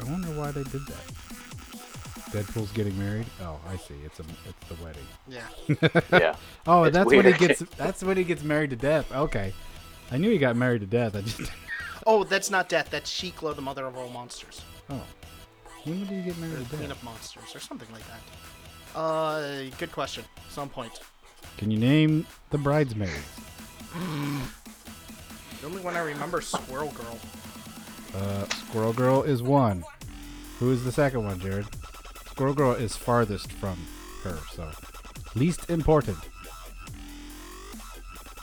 I wonder why they did that. Deadpool's getting married. Oh, I see. It's a it's the wedding. Yeah. Yeah. Oh, It's that's when he weird. gets. That's when he gets married to death. Okay, I knew he got married to death. I just. Oh, that's not death. That's Shiklo, the mother of all monsters. Oh, when did he get Or married the to queen death? of monsters, or something like that. Uh, good question. Some point. Can you name the bridesmaids? The only one I remember is Squirrel Girl. Uh, Squirrel Girl is one. Who is the second one, Jared? Squirrel Girl is farthest from her, so least important.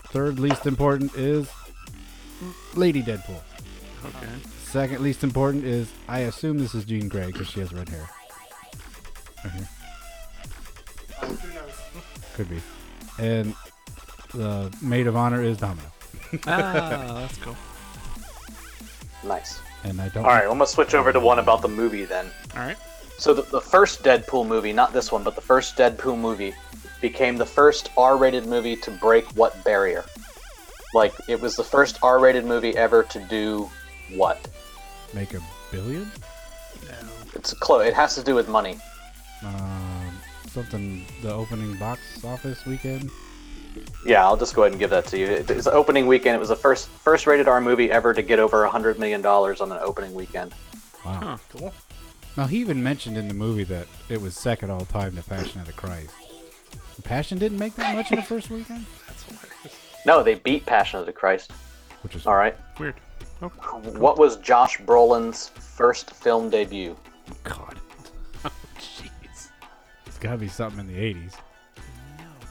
Third least important is Lady Deadpool. Okay. Second least important is I assume this is Jean Grey because she has red hair. Right here. Uh-huh. Could be. And the maid of honor is Domino. Ah, that's cool. Nice. And I don't. All right, I'm gonna switch over to one about the movie then. All right. So the, the first Deadpool movie, not this one, but the first Deadpool movie became the first R-rated movie to break what barrier? Like it was the first R-rated movie ever to do what? Make a billion? It's close. It has to do with money. Um, something. The opening box office weekend. Yeah, I'll just go ahead and give that to you. It- It's the opening weekend. It was the first first rated R movie ever to get over hundred million dollars on an opening weekend. Wow. Cool. Now he even mentioned in the movie that it was second all time to Passion of the Christ. Passion didn't make that much in the first weekend, No, they beat Passion of the Christ. which is Oh. All right. Weird. Okay. What was Josh Brolin's first film debut? God, Oh, Jeez. it's got to be something in the '80s.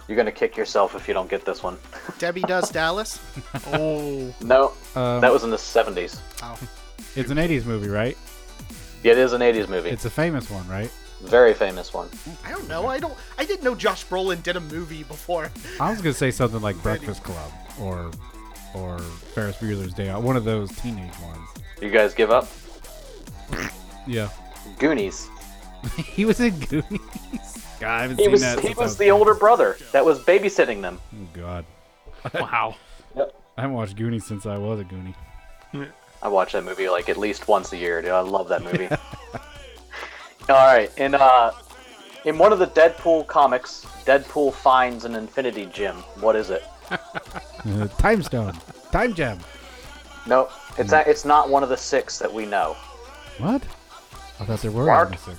You're gonna kick yourself if you don't get this one. Debbie Does Dallas. Oh. No, Um, that was in the 70s. Oh, It's an '80s movie, right? Yeah, it is an 80s movie. It's a famous one, right? Very famous one. I don't know. I don't. I didn't know Josh Brolin did a movie before. I was gonna say something like Breakfast Club or or Ferris Bueller's Day Off, one of those teenage ones. You guys give up? Yeah, Goonies. he was in Goonies. God, I haven't He seen was that. he since I was the older brother that was babysitting them. Oh, God, Wow. I haven't watched Goonies since I was a Goonie. I watch that movie like at least once a year, dude. I love that movie. All right, in uh, in one of the Deadpool comics, Deadpool finds an Infinity Gem. What is it? Uh, time Stone, Time Gem. No, it's a, it's not one of the six that we know. What? I thought there were Mark. only six.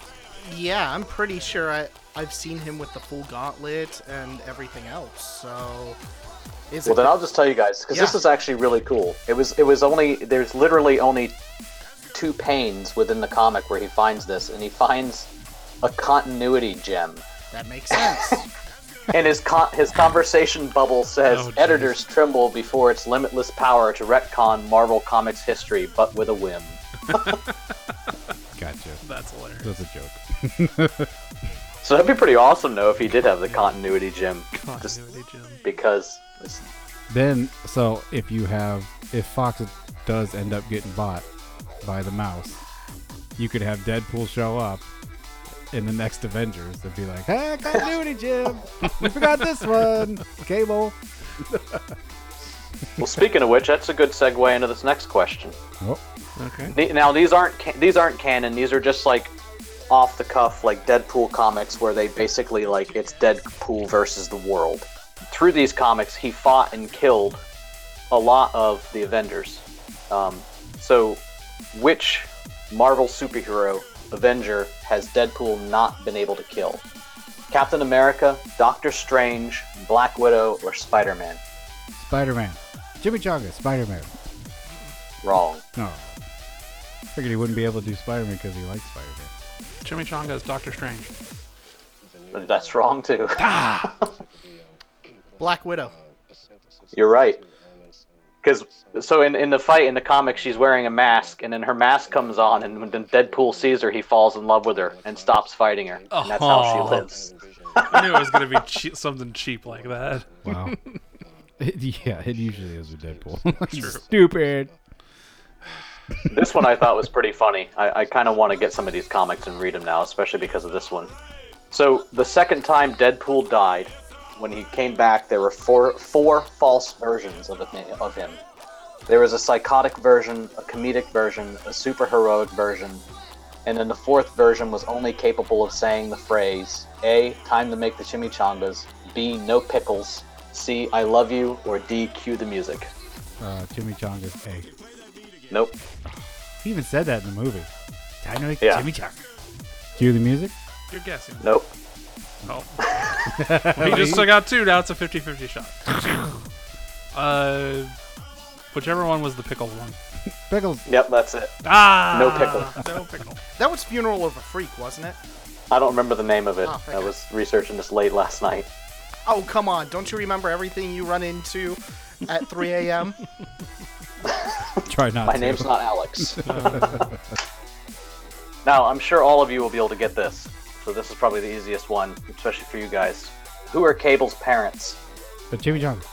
Yeah, I'm pretty sure I I've seen him with the full gauntlet and everything else. So, is Well, it? then I'll just tell you guys because this Yeah. is actually really cool. It was it was only there's literally only two panes within the comic where he finds this, and he finds a continuity gem. that makes sense. And his con- his conversation bubble says Oh, geez. editors tremble before its limitless power to retcon Marvel Comics history, but with a whim. Gotcha. That's hilarious. That's a joke. So that'd be pretty awesome though if he did have the continuity gem, just Continuity Jim. because it's- Then, so if you have, if Fox does end up getting bought by the mouse, you could have Deadpool show up in the next Avengers and be like, "Hey, continuity, Jim. We forgot this one, Cable." well, speaking of which, that's a good segue into this next question. Oh, Okay. The- Now these aren't ca- these aren't canon. These are just like off the cuff, like Deadpool comics, where they basically like it's Deadpool versus the world. Through these comics, he fought and killed a lot of the Avengers. Um, so, which Marvel superhero Avenger has Deadpool not been able to kill? Captain America, Doctor Strange, Black Widow, or Spider-Man? Spider-Man, Jimmy Chonga, Spider-Man. Wrong. No, figured he wouldn't be able to do Spider-Man because he likes Spider-Man. Chimichanga is Doctor Strange. That's wrong too. Black Widow. You're right. Because so in, in the fight in the comic, she's wearing a mask, and then her mask comes on, and when Deadpool sees her, he falls in love with her and stops fighting her, and that's how she Aw. lives. I knew it was going to be che- something cheap like that. Wow. yeah, it usually is with Deadpool. Stupid. This one I thought was pretty funny. I, I kind of want to get some of these comics and read them now, especially because of this one. So the second time Deadpool died, when he came back, there were four four false versions of the- of him. There was a psychotic version, a comedic version, a superheroic version, and then the fourth version was only capable of saying the phrase A, time to make the chimichangas, B, no pickles, C, I love you, or D, cue the music. Uh, Chimichanga's egg. Nope. He even said that in the movie. Time to make Yeah. chimichanga. Cue the music. You're guessing. Nope. Oh. well, you just still got two. Now it's a 50 50 shot. Uh, whichever one was the pickle one. Pickles. Yep, that's it. Ah! No pickle. No pickle. That was Funeral of a Freak, wasn't it? I don't remember the name of it. Oh, okay. I was researching this late last night. Oh, come on. Don't you remember everything you run into at 3 a.m.? Try not. My to. name's not Alex. now, I'm sure all of you will be able to get this. So this is probably the easiest one, especially for you guys. Who are Cable's parents? But chimichanga.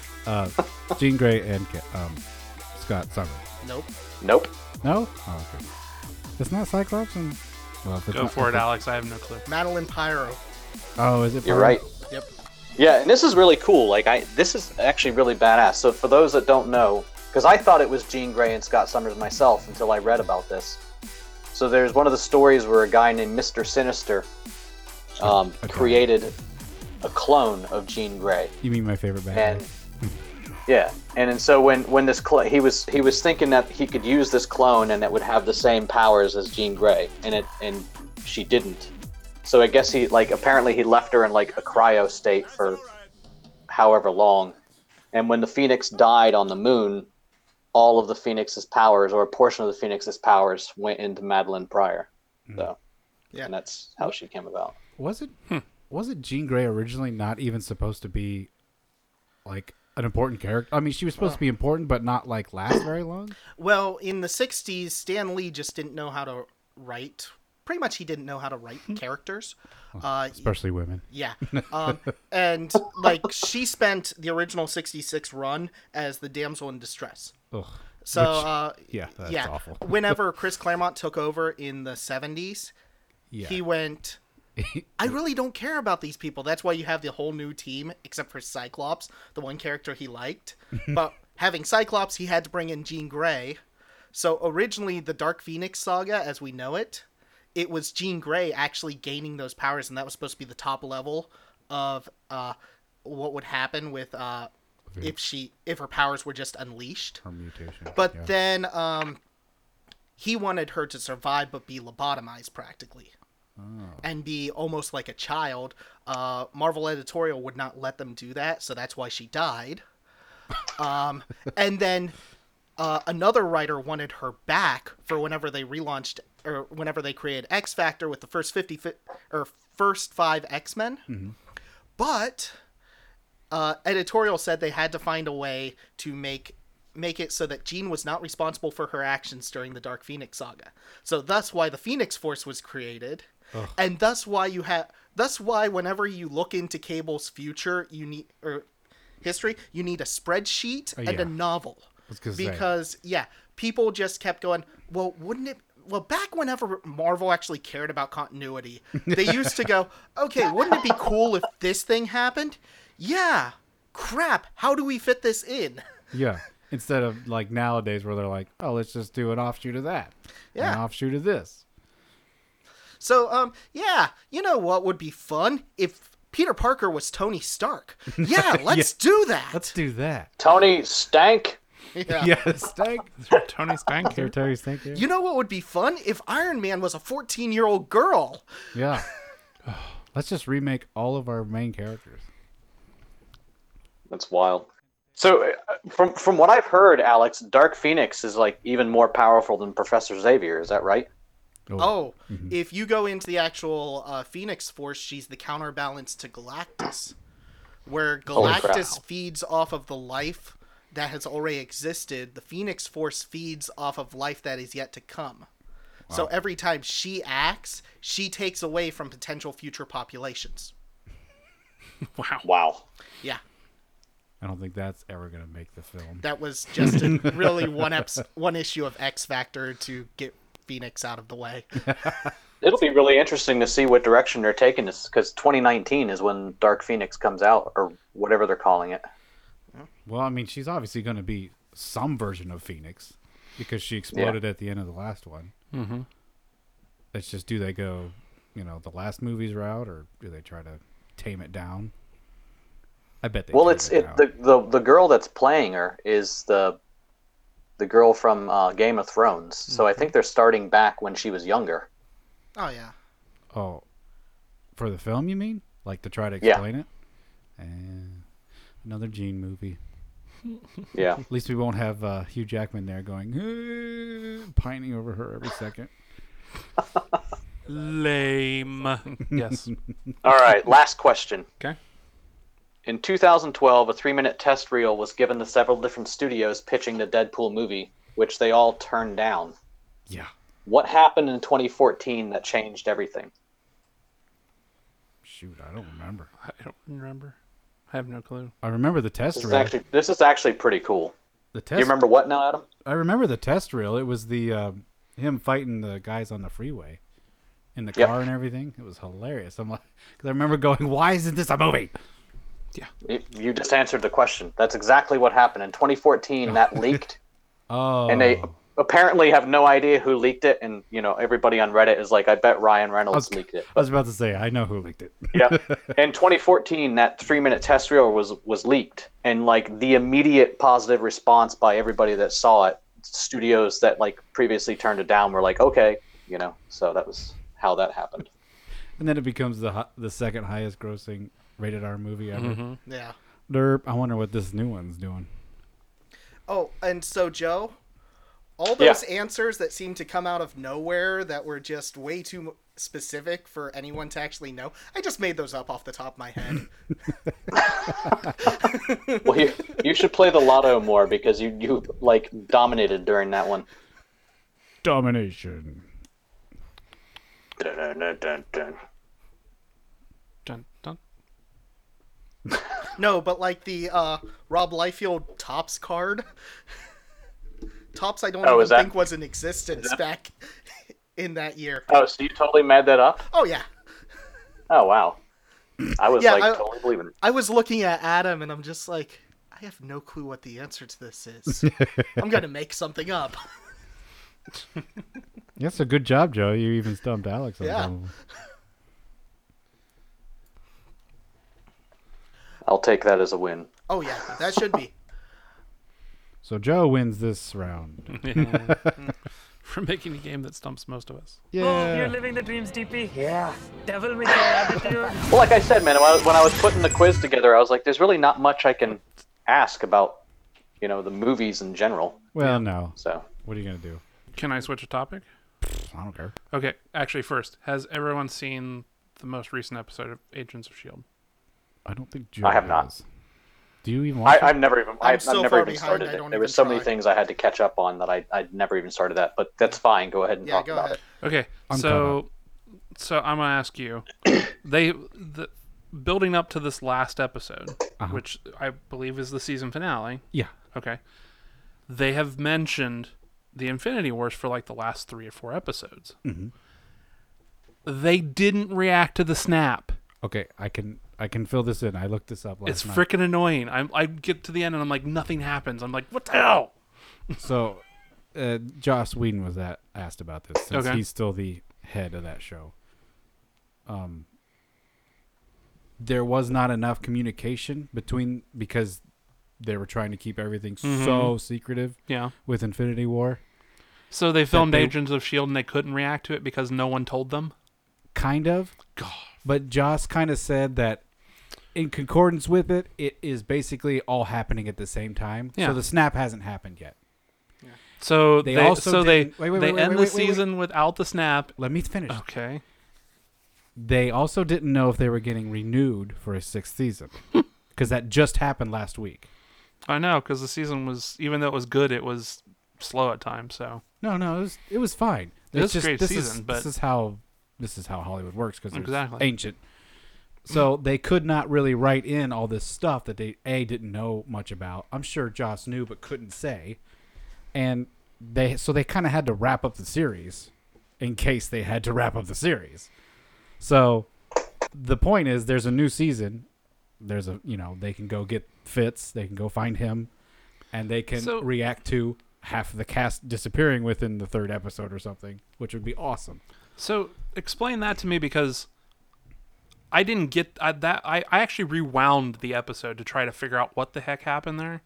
uh, Jean Grey and Ca- um, Scott Summers. nope. Nope. No. Oh, okay. It's not Cyclops and. Well, if it's Go not- for it, Alex. I have no clue. Madeline Pyro. Oh, is it? You're Pyro? right. Yep. Yeah, and this is really cool. Like I this is actually really badass. So for those that don't know, because I thought it was Jean Grey and Scott Summers myself until I read about this. So there's one of the stories where a guy named Mr. Sinister um, Okay. created a clone of Jean Grey. You mean my favorite Batman? and yeah and, and so when when this cl- he was he was thinking that he could use this clone and it would have the same powers as jean gray and it and she didn't so i guess he like apparently he left her in like a cryo state for however long and when the phoenix died on the moon all of the phoenix's powers or a portion of the phoenix's powers went into madeline pryor so Yeah. and that's how she came about Was it? Was it Jean Grey originally not even supposed to be, like, an important character? I mean, she was supposed to be important, but not like last very long. Well, in the 60s, Stan Lee just didn't know how to write. Pretty much, he didn't know how to write characters. Uh, Especially women. yeah. Um, and, like, she spent the original 66 run as the damsel in distress. Ugh. So, Which- uh, yeah, that's yeah. awful. Whenever Chris Claremont took over in the 70s, Yeah. he went, I really don't care about these people. That's why you have the whole new team, except for Cyclops, the one character he liked. but having Cyclops, he had to bring in Jean Grey. So originally, the Dark Phoenix saga, as we know it, it was Jean Grey actually gaining those powers, and that was supposed to be the top level of uh, what would happen with uh, if she if her powers were just unleashed. Her mutation. But yeah. then um, he wanted her to survive but be lobotomized practically and be almost like a child. Uh, Marvel editorial would not let them do that, so that's why she died. Um, and then uh, another writer wanted her back for whenever they relaunched or whenever they created X Factor with the first 50 fi- or first five X Men. But uh, editorial said they had to find a way to make make it so that Jean was not responsible for her actions during the Dark Phoenix saga. So thus why the Phoenix Force was created, and thus why you have thus why whenever you look into Cable's future, you need or history, you need a spreadsheet and yeah. a novel. was gonna say. Because yeah, people just kept going. Well, wouldn't it? Well, back whenever Marvel actually cared about continuity, they used to go, "Okay, wouldn't it be cool if this thing happened?" Yeah. Crap. How do we fit this in? Yeah. Instead of like nowadays where they're like, oh, let's just do an offshoot of that. Yeah. An offshoot of this. So, um, yeah, you know what would be fun if Peter Parker was Tony Stark? Yeah, let's do that. Let's do that. tony stank Yeah. Yes. Thank Tony Stank here. Secretaries, thank you. You know what would be fun if Iron Man was a 14 year old girl? Yeah. let's just remake all of our main characters. That's wild. So, uh, from from what I've heard, Alex, Dark Phoenix is like even more powerful than Professor Xavier. Is that right? Oh, if you go into the actual uh, Phoenix Force, she's the counterbalance to Galactus, where Holy crap. Galactus feeds off of the life that has already existed. The Phoenix Force feeds off of life that is yet to come. So every time she acts, she takes away from potential future populations. Wow. Wow. Yeah, I don't think that's ever gonna make the film. that was just a, really one eps- one issue of X Factor to get Phoenix out of the way. It'll be really interesting to see what direction they're taking this because 2019 is when Dark Phoenix comes out or whatever they're calling it. Well, I mean, she's obviously gonna be some version of Phoenix because she exploded at the end of the last one. Mm-hmm. It's just do they go, you know, the last movie's route, or do they try to tame it down? I bet they. Well, tame it's it, it down. the, the the girl that's playing her is the the girl from uh, Game of Thrones. So I think they're starting back when she was younger. Oh yeah, Oh, for the film, you mean? Like to try to Yeah. explain it? And another Gene movie. Yeah. At least we won't have uh, Hugh Jackman there going "Eh," pining over her every second. Lame. yes. All right. Last question. Okay. In 2012, a three-minute test reel was given to several different studios pitching the Deadpool movie, which they all turned down. Yeah. What happened in 2014 that changed everything? Shoot, I don't remember. I don't remember. I have no clue. I remember the test This is reel. actually this is actually pretty cool. the Do test. you remember what now, Adam? I remember the test reel. It was the uh, him fighting the guys on the freeway in the Yep. car and everything. It was hilarious. I'm like, because I remember going, "Why isn't this a movie?" You- You just answered the question. That's exactly what happened in 2014. That leaked, Oh, and they apparently have no idea who leaked it. And you know, everybody on Reddit is like, "I bet Ryan Reynolds Okay. leaked it." I was about to say, I know who leaked it. yeah. In 2014, that three-minute test reel was was leaked, and like the immediate positive response by everybody that saw it, studios that like previously turned it down were like, "Okay," you know. So that was how that happened. and then it becomes the hi- the second highest grossing rated R movie ever. yeah. Derp. I wonder what this new one's doing. Oh, and so Joe, all Yeah. those answers that seemed to come out of nowhere that were just way too specific for anyone to actually know. I just made those up off the top of my head. Well, you, you should play the lotto more because you you like dominated during that one. Domination. Dun, dun, dun, dun, dun. Dun, dun. no, but like the uh, Rob Liefeld tops card. tops I don't Oh, even is that- think was in existence back in that year. Oh, so you totally made that up? Oh yeah. Oh wow, I was Yeah, like I- totally believing. it. I was looking at Adam and I'm just like I have no clue what the answer to this is. I'm going to make something up. That's a good job, Joe. You even stumped Alex. On Yeah. some of them. I'll take that as a win. Oh yeah, that should be. So Joe wins this Oh, round. Yeah. For making a game that stumps most of us. Oh, you're living the dreams, DP. Yeah. Devil with your attitude. Well, like I said, man, when I, when I was putting the quiz together, I was like, "There's really not much I can ask about, you know, the movies in general." Well, no. So What are you gonna do? Can I switch a topic? I don't care. Okay, actually, first, has everyone seen the most recent episode of Agents of S.H.I.E.L.D.? I don't think Joe. I have not. has. Do you even I, watch? it? I've never even I'm I've, so I've never far even behind, started I it. don't There even were so many try. things I had to catch up on that I I'd never even started that. But that's fine. Go ahead and Yeah, talk go about ahead. it. Okay, I'm so so I'm gonna ask you. they the building up to this last episode, which I believe is the season finale. yeah. Okay, they have mentioned the Infinity Wars for like the last three or four episodes. They didn't react to the snap. Okay. I can. I can fill this in. I looked this up last It's night. freaking annoying. I'm, I get to the end and I'm like, nothing happens. I'm like, what the hell? So, uh, Joss Whedon was that asked about this since Okay. he's still the head of that show. Um, there was not enough communication between because they were trying to keep everything so secretive Yeah. with Infinity War. So they filmed they- Agents of Shield E and they couldn't react to it because no one told them. kind of. God. But Joss kind of said that in concordance with it, it is basically all happening at the same time. Yeah. So the snap hasn't happened yet. So They they, also so they didn't- wait, wait, they wait, wait, end wait, the wait, wait. season without the snap. Let me finish. Okay. They also didn't know if they were getting renewed for a sixth season because that just happened last week. I know because the season was even though it was good, it was slow at times. So No, no, it was it was fine. It It's was a great this season, is, but- this is how this is how Hollywood works because Exactly. ancient. So they could not really write in all this stuff that they a didn't know much about. I'm sure Joss knew but couldn't say, and they so they kind of had to wrap up the series in case they had to wrap up the series. So the point is, there's a new season. There's a you know they can go get Fitz, they can go find him, and they can So- react to half of the cast disappearing within the third episode or something, which would be awesome. so explain that to me because I didn't get I, that. I I actually rewound the episode to try to figure out what the heck happened Um, there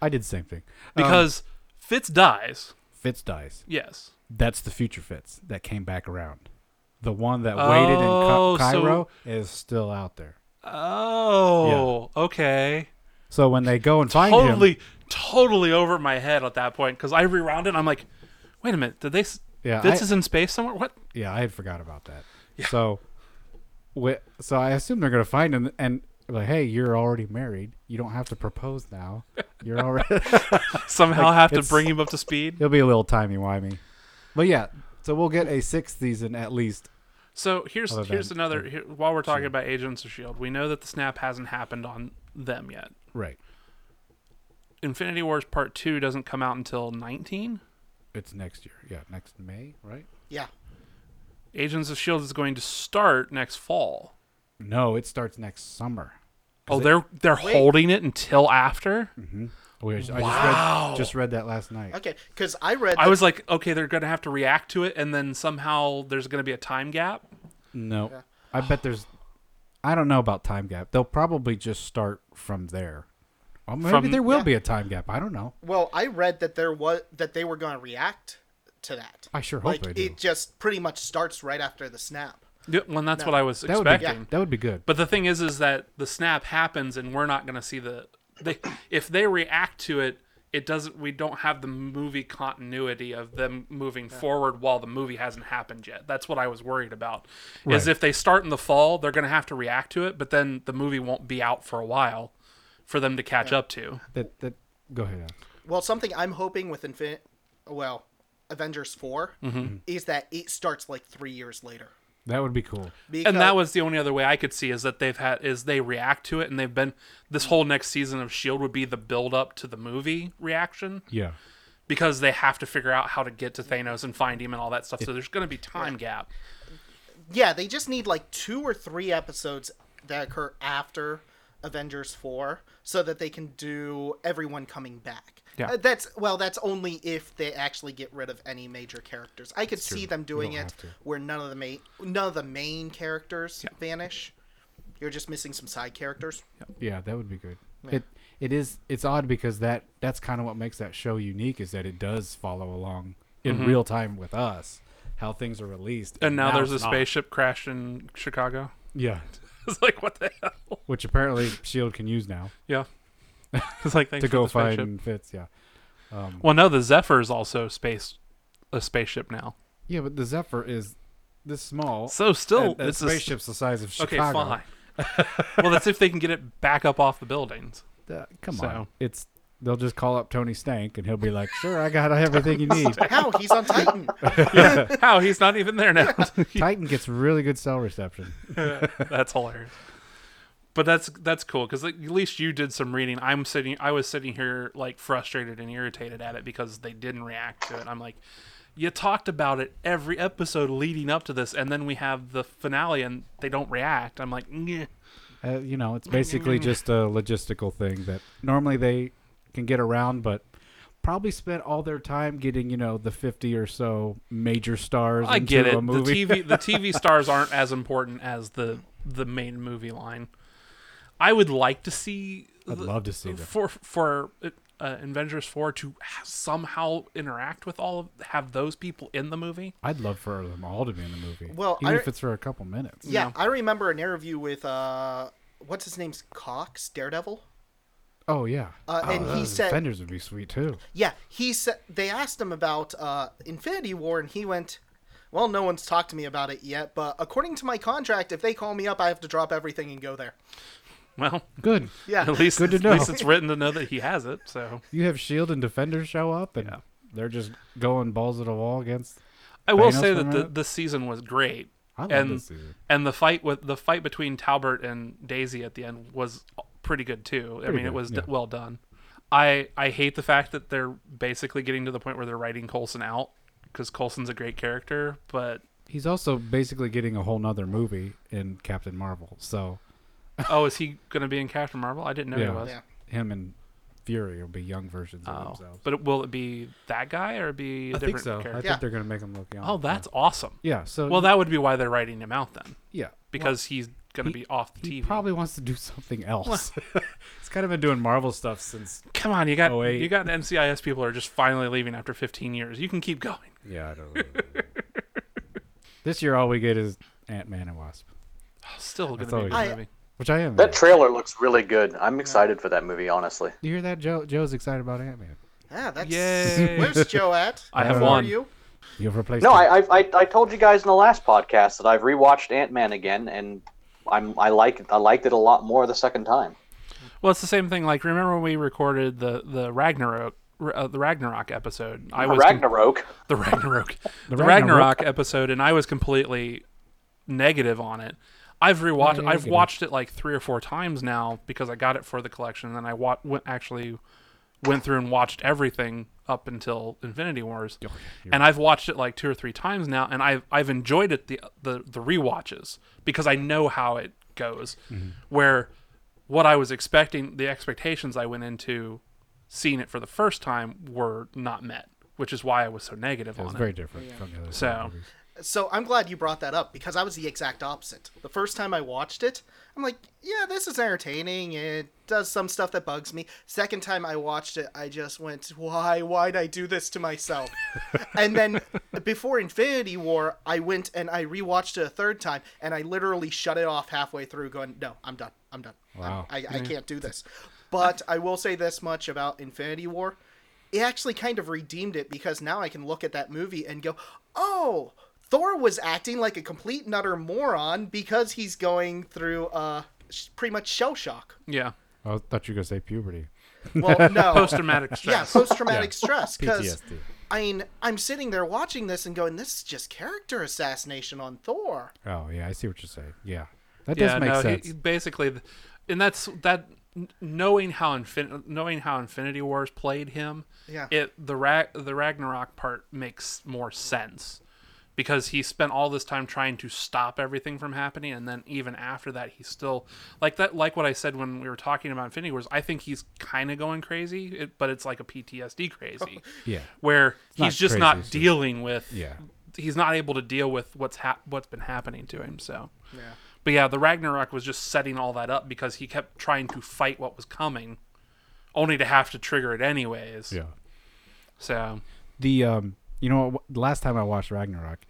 I did the same thing Um, because Fitz dies. Fitz dies. Yes. That's the future Fitz that came back around. The one that waited in Ca- Oh, so- Cairo is still out there. Oh. Okay. So when they go and find totally him, totally over my head at that point because I rewound it. I'm like, wait a minute, did they? s- Yeah, Fitz I- is in space somewhere. What? yeah, I had forgot about that. So, wi- so I assume they're gonna find him and like, hey, you're already married. You don't have to propose now. You're already. Somehow have to it's- bring him up to speed. It'll be a little timey wimey. But yeah, so we'll get a sixth season at least. So here's Other here's than- another. Here, while we're talking about Agents of Shield, E we know that the snap hasn't happened on them yet. Right. Infinity Wars Part Two doesn't come out until 19. It's next year. Yeah, next May, right? Yeah. Agents of Shield E is going to start next fall. No, it starts next summer. Oh, they're they're holding it until after. Mm. We- I just read just read that last night. Okay. Because I read. I that- was like, okay, they're going to have to react to it, and then somehow there's going to be a time gap. No. I bet there's I don't know about time gap. They'll probably just start from there. Well, maybe From- there will Yeah. be a time gap. I don't know. Well, I read that there was that they were going to react to that. I sure hope like they do. it just pretty much starts right after the snap. Yeah, well, that's what I was That would be expecting. that would be good. But the thing is, is that the snap happens, and we're not going to see the. They, if they react to it, it doesn't. We don't have the movie continuity of them moving forward while the movie hasn't happened yet. That's what I was worried about. Is Right. if they start in the fall, they're going to have to react to it, but then the movie won't be out for a while for them to catch up to. That that go ahead. Alex. Well, something I'm hoping with Infin, well, Avengers 4 Mm-hmm. is that it starts like three years later. That would be cool. Because, And that was the only other way I could see is that they've had is they react to it, and they've been this whole next season of Shield E would be the build up to the movie reaction. Yeah. because they have to figure out how to get to Thanos and find him and all that stuff. So there's going to be time gap. yeah, they just need like two or three episodes that occur after Avengers 4 so that they can do everyone coming back. Yeah. Uh, that's well, that's only if they actually get rid of any major characters. I could see them doing don't it have to. where none of the main none of the main characters vanish. You're just missing some side characters. Yeah, that would be good. It it is it's odd because that that's kind of what makes that show unique is that it does follow along in real time with us how things are released. And now, there's a it's not. spaceship crash in Chicago. Yeah, It's like what the hell? which apparently Shield E can use now Yeah. It's like thanks to for go the spaceship. find Fitz. Yeah, Well, no, the Zephyr is also space a spaceship now. yeah, but the Zephyr is this small. So still, and, and it's a s- spaceship's the size of okay, Chicago. fine. well, that's if they can get it back up off the buildings. Uh, come on, So- it's they'll just call up Tony Stank and he'll be like, "Sure, I got everything you need." How? He's on Titan. How he's not even there now. Titan gets really good cell reception. that's hilarious. But that's that's cool because at least you did some reading. I'm sitting, I was sitting here like frustrated and irritated at it because they didn't react to it. I'm like, you talked about it every episode leading up to this, and then we have the finale and they don't react. I'm like, "Nyeh." Uh, you know, it's basically just a logistical thing that normally they can get around, but probably spent all their time getting you know the fifty or so major stars. I into get A it. The movie. TV the TV stars aren't as important as the the main movie line. I would like to see. I'd the- love to see them. for for uh, Avengers Four to ha- somehow interact with all of have those people in the movie. I'd love for them all to be in the movie. Well, even I- if it's for a couple minutes. Yeah, I remember an interview with uh, what's his name's Cox, Daredevil. Oh yeah. Uh, and he said, Defenders would be sweet too. yeah, he said they asked him about uh, Infinity War, and he went, "Well, no one's talked to me about it yet, but according to my contract, if they call me up, I have to drop everything and go there." Well, Good. Yeah, at least Good to it's- at least know. it's written to know that he has it. So You have Shield E and Defenders show up, and Yeah. they're just going balls to the wall against. I will say Thanos for that a the, minute? the season was great. I love and this season. and the fight with the fight between Talbert and Daisy at the end was pretty good too. I mean, it good, was d- yeah. well done. I I hate the fact that they're basically getting to the point where they're writing Colson out because Colson's a great character, but He's also basically getting a whole nother movie in Captain Marvel. So oh, is he going to be in Captain Marvel? I didn't know Yeah. he was. Yeah. him and Fury will be young versions of Oh, themselves. but will it be that guy or be a I think different so. I character? think Yeah. they're gonna make him look young. Oh, that's awesome. yeah. So Well, that would be why they're writing him out then, yeah. because he's going to be off the He TV. probably wants to do something else. He's kind of been doing Marvel stuff since. Come on, you got Oh, wait. you got NCIS people are just finally leaving after 15 years. You can keep going. Yeah, I don't. know. this year, all we get is Ant Man and Wasp, Still going That's to be a all good we- I- movie. which I am. That trailer looks really good. I'm excited for that movie, honestly. you hear that, Joe? Joe's excited about Ant Man. Yeah, that's. Yay. Where's Joe at? I have Where are one. you? You've replaced. No, him. I, I I- I told you guys in the last podcast that I've rewatched Ant Man again, and I'm I like I liked it a lot more the second time. Well, it's the same thing. Like remember when we recorded the the Ragnarok uh, the Ragnarok episode? I was com- Ragnarok. the Ragnarok the, Ragnarok. Ragnarok episode, and I was completely negative on it. I've rewatched. I've Negative. watched it like three or four times now because I got it for the collection. And then I wa- went, actually went through and watched everything up until Infinity Wars, and I've watched it like two or three times now, and I've I've enjoyed it the the the rewatches because I know how it goes. Where what I was expecting, the expectations I went into seeing it for the first time were not met, which is why I was so negative It's on it. very different from the other. So- movies. So I'm glad you brought that up because I was the exact opposite. The first time I watched it, I'm like, yeah, this is entertaining. It does some stuff that bugs me. Second time I watched it, I just went, why? Why'd I do this to myself? and then before Infinity War, I went and I rewatched it a third time and I literally shut it off halfway through, going, no, I'm done. I'm done. Wow. I, I can't do this. But I will say this much about Infinity War. It actually kind of redeemed it because now I can look at that movie and go, oh, Thor was acting like a complete and utter moron because he's going through uh, sh- pretty much shell shock. Yeah, Oh, I thought you were gonna say puberty. Well, no. post traumatic yeah, stress. post traumatic stress. Because, PTSD. I mean, I'm sitting there watching this and going, this is just character assassination on Thor. Oh yeah, I see what you're saying. Yeah, that yeah, does make no, he- sense. He, basically, th- and that's that. n- Knowing how infin- knowing how Infinity Wars played him, Yeah. it the Rag- the Ragnarok part makes more sense because he spent all this time trying to stop everything from happening, and then even after that, he's still like that. Like what I said when we were talking about Infinity Wars, I think he's kind of going crazy, it, but it's like a PTSD crazy, yeah, where not he's just crazy, not it's just- dealing with yeah. he's not able to deal with what's hap- what's been happening to him. So, yeah. But yeah, the Ragnarok was just setting all that up because he kept trying to fight what was coming, only to have to trigger it anyways. Yeah. So The um, you know, what, the last time I watched Ragnarok,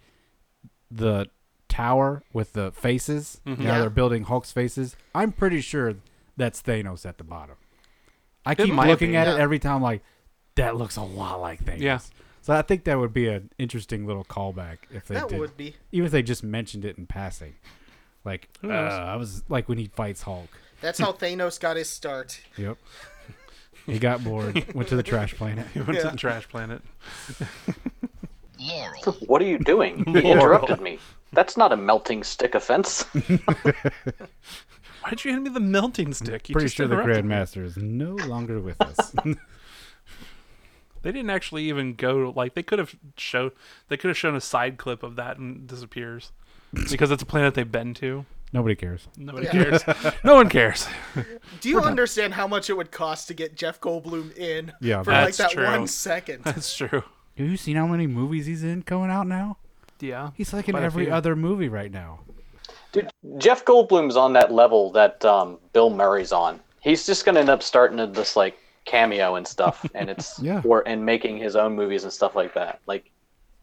the tower with the faces. Mm-hmm. Yeah, Yeah. they're building Hulk's faces. I'm pretty sure that's Thanos at the bottom. I keep might looking be, at it yeah. every time, like that looks a lot like Thanos. Yeah. So I think that would be an interesting little callback if they That did, would be. even if they just mentioned it in passing. Like uh, knows? I was like when he fights Hulk. That's how Thanos got his start. Yep. He got bored, went to the trash planet. he went to the trash planet. Laurel. What are you doing? He interrupted me. That's not a melting stick offense. Why did you hand me the melting stick? You Pretty just sure the interrupted me. Grandmaster is no longer with us. They didn't actually even go like they could have show they could have shown a side clip of that and it disappears because it's a planet they've been to. Nobody cares. Nobody cares. no one cares. Do you understand how much it would cost to get Jeff Goldblum in Yeah, for that's like that true. one second? That's true. Have you seen how many movies he's in coming out now? Yeah. He's like in Quite a every few. other movie right now. Dude, Jeff Goldblum's on that level that um, Bill Murray's on. He's just gonna end up starting in this like cameo and stuff, and it's Yeah. or and making his own movies and stuff like that. Like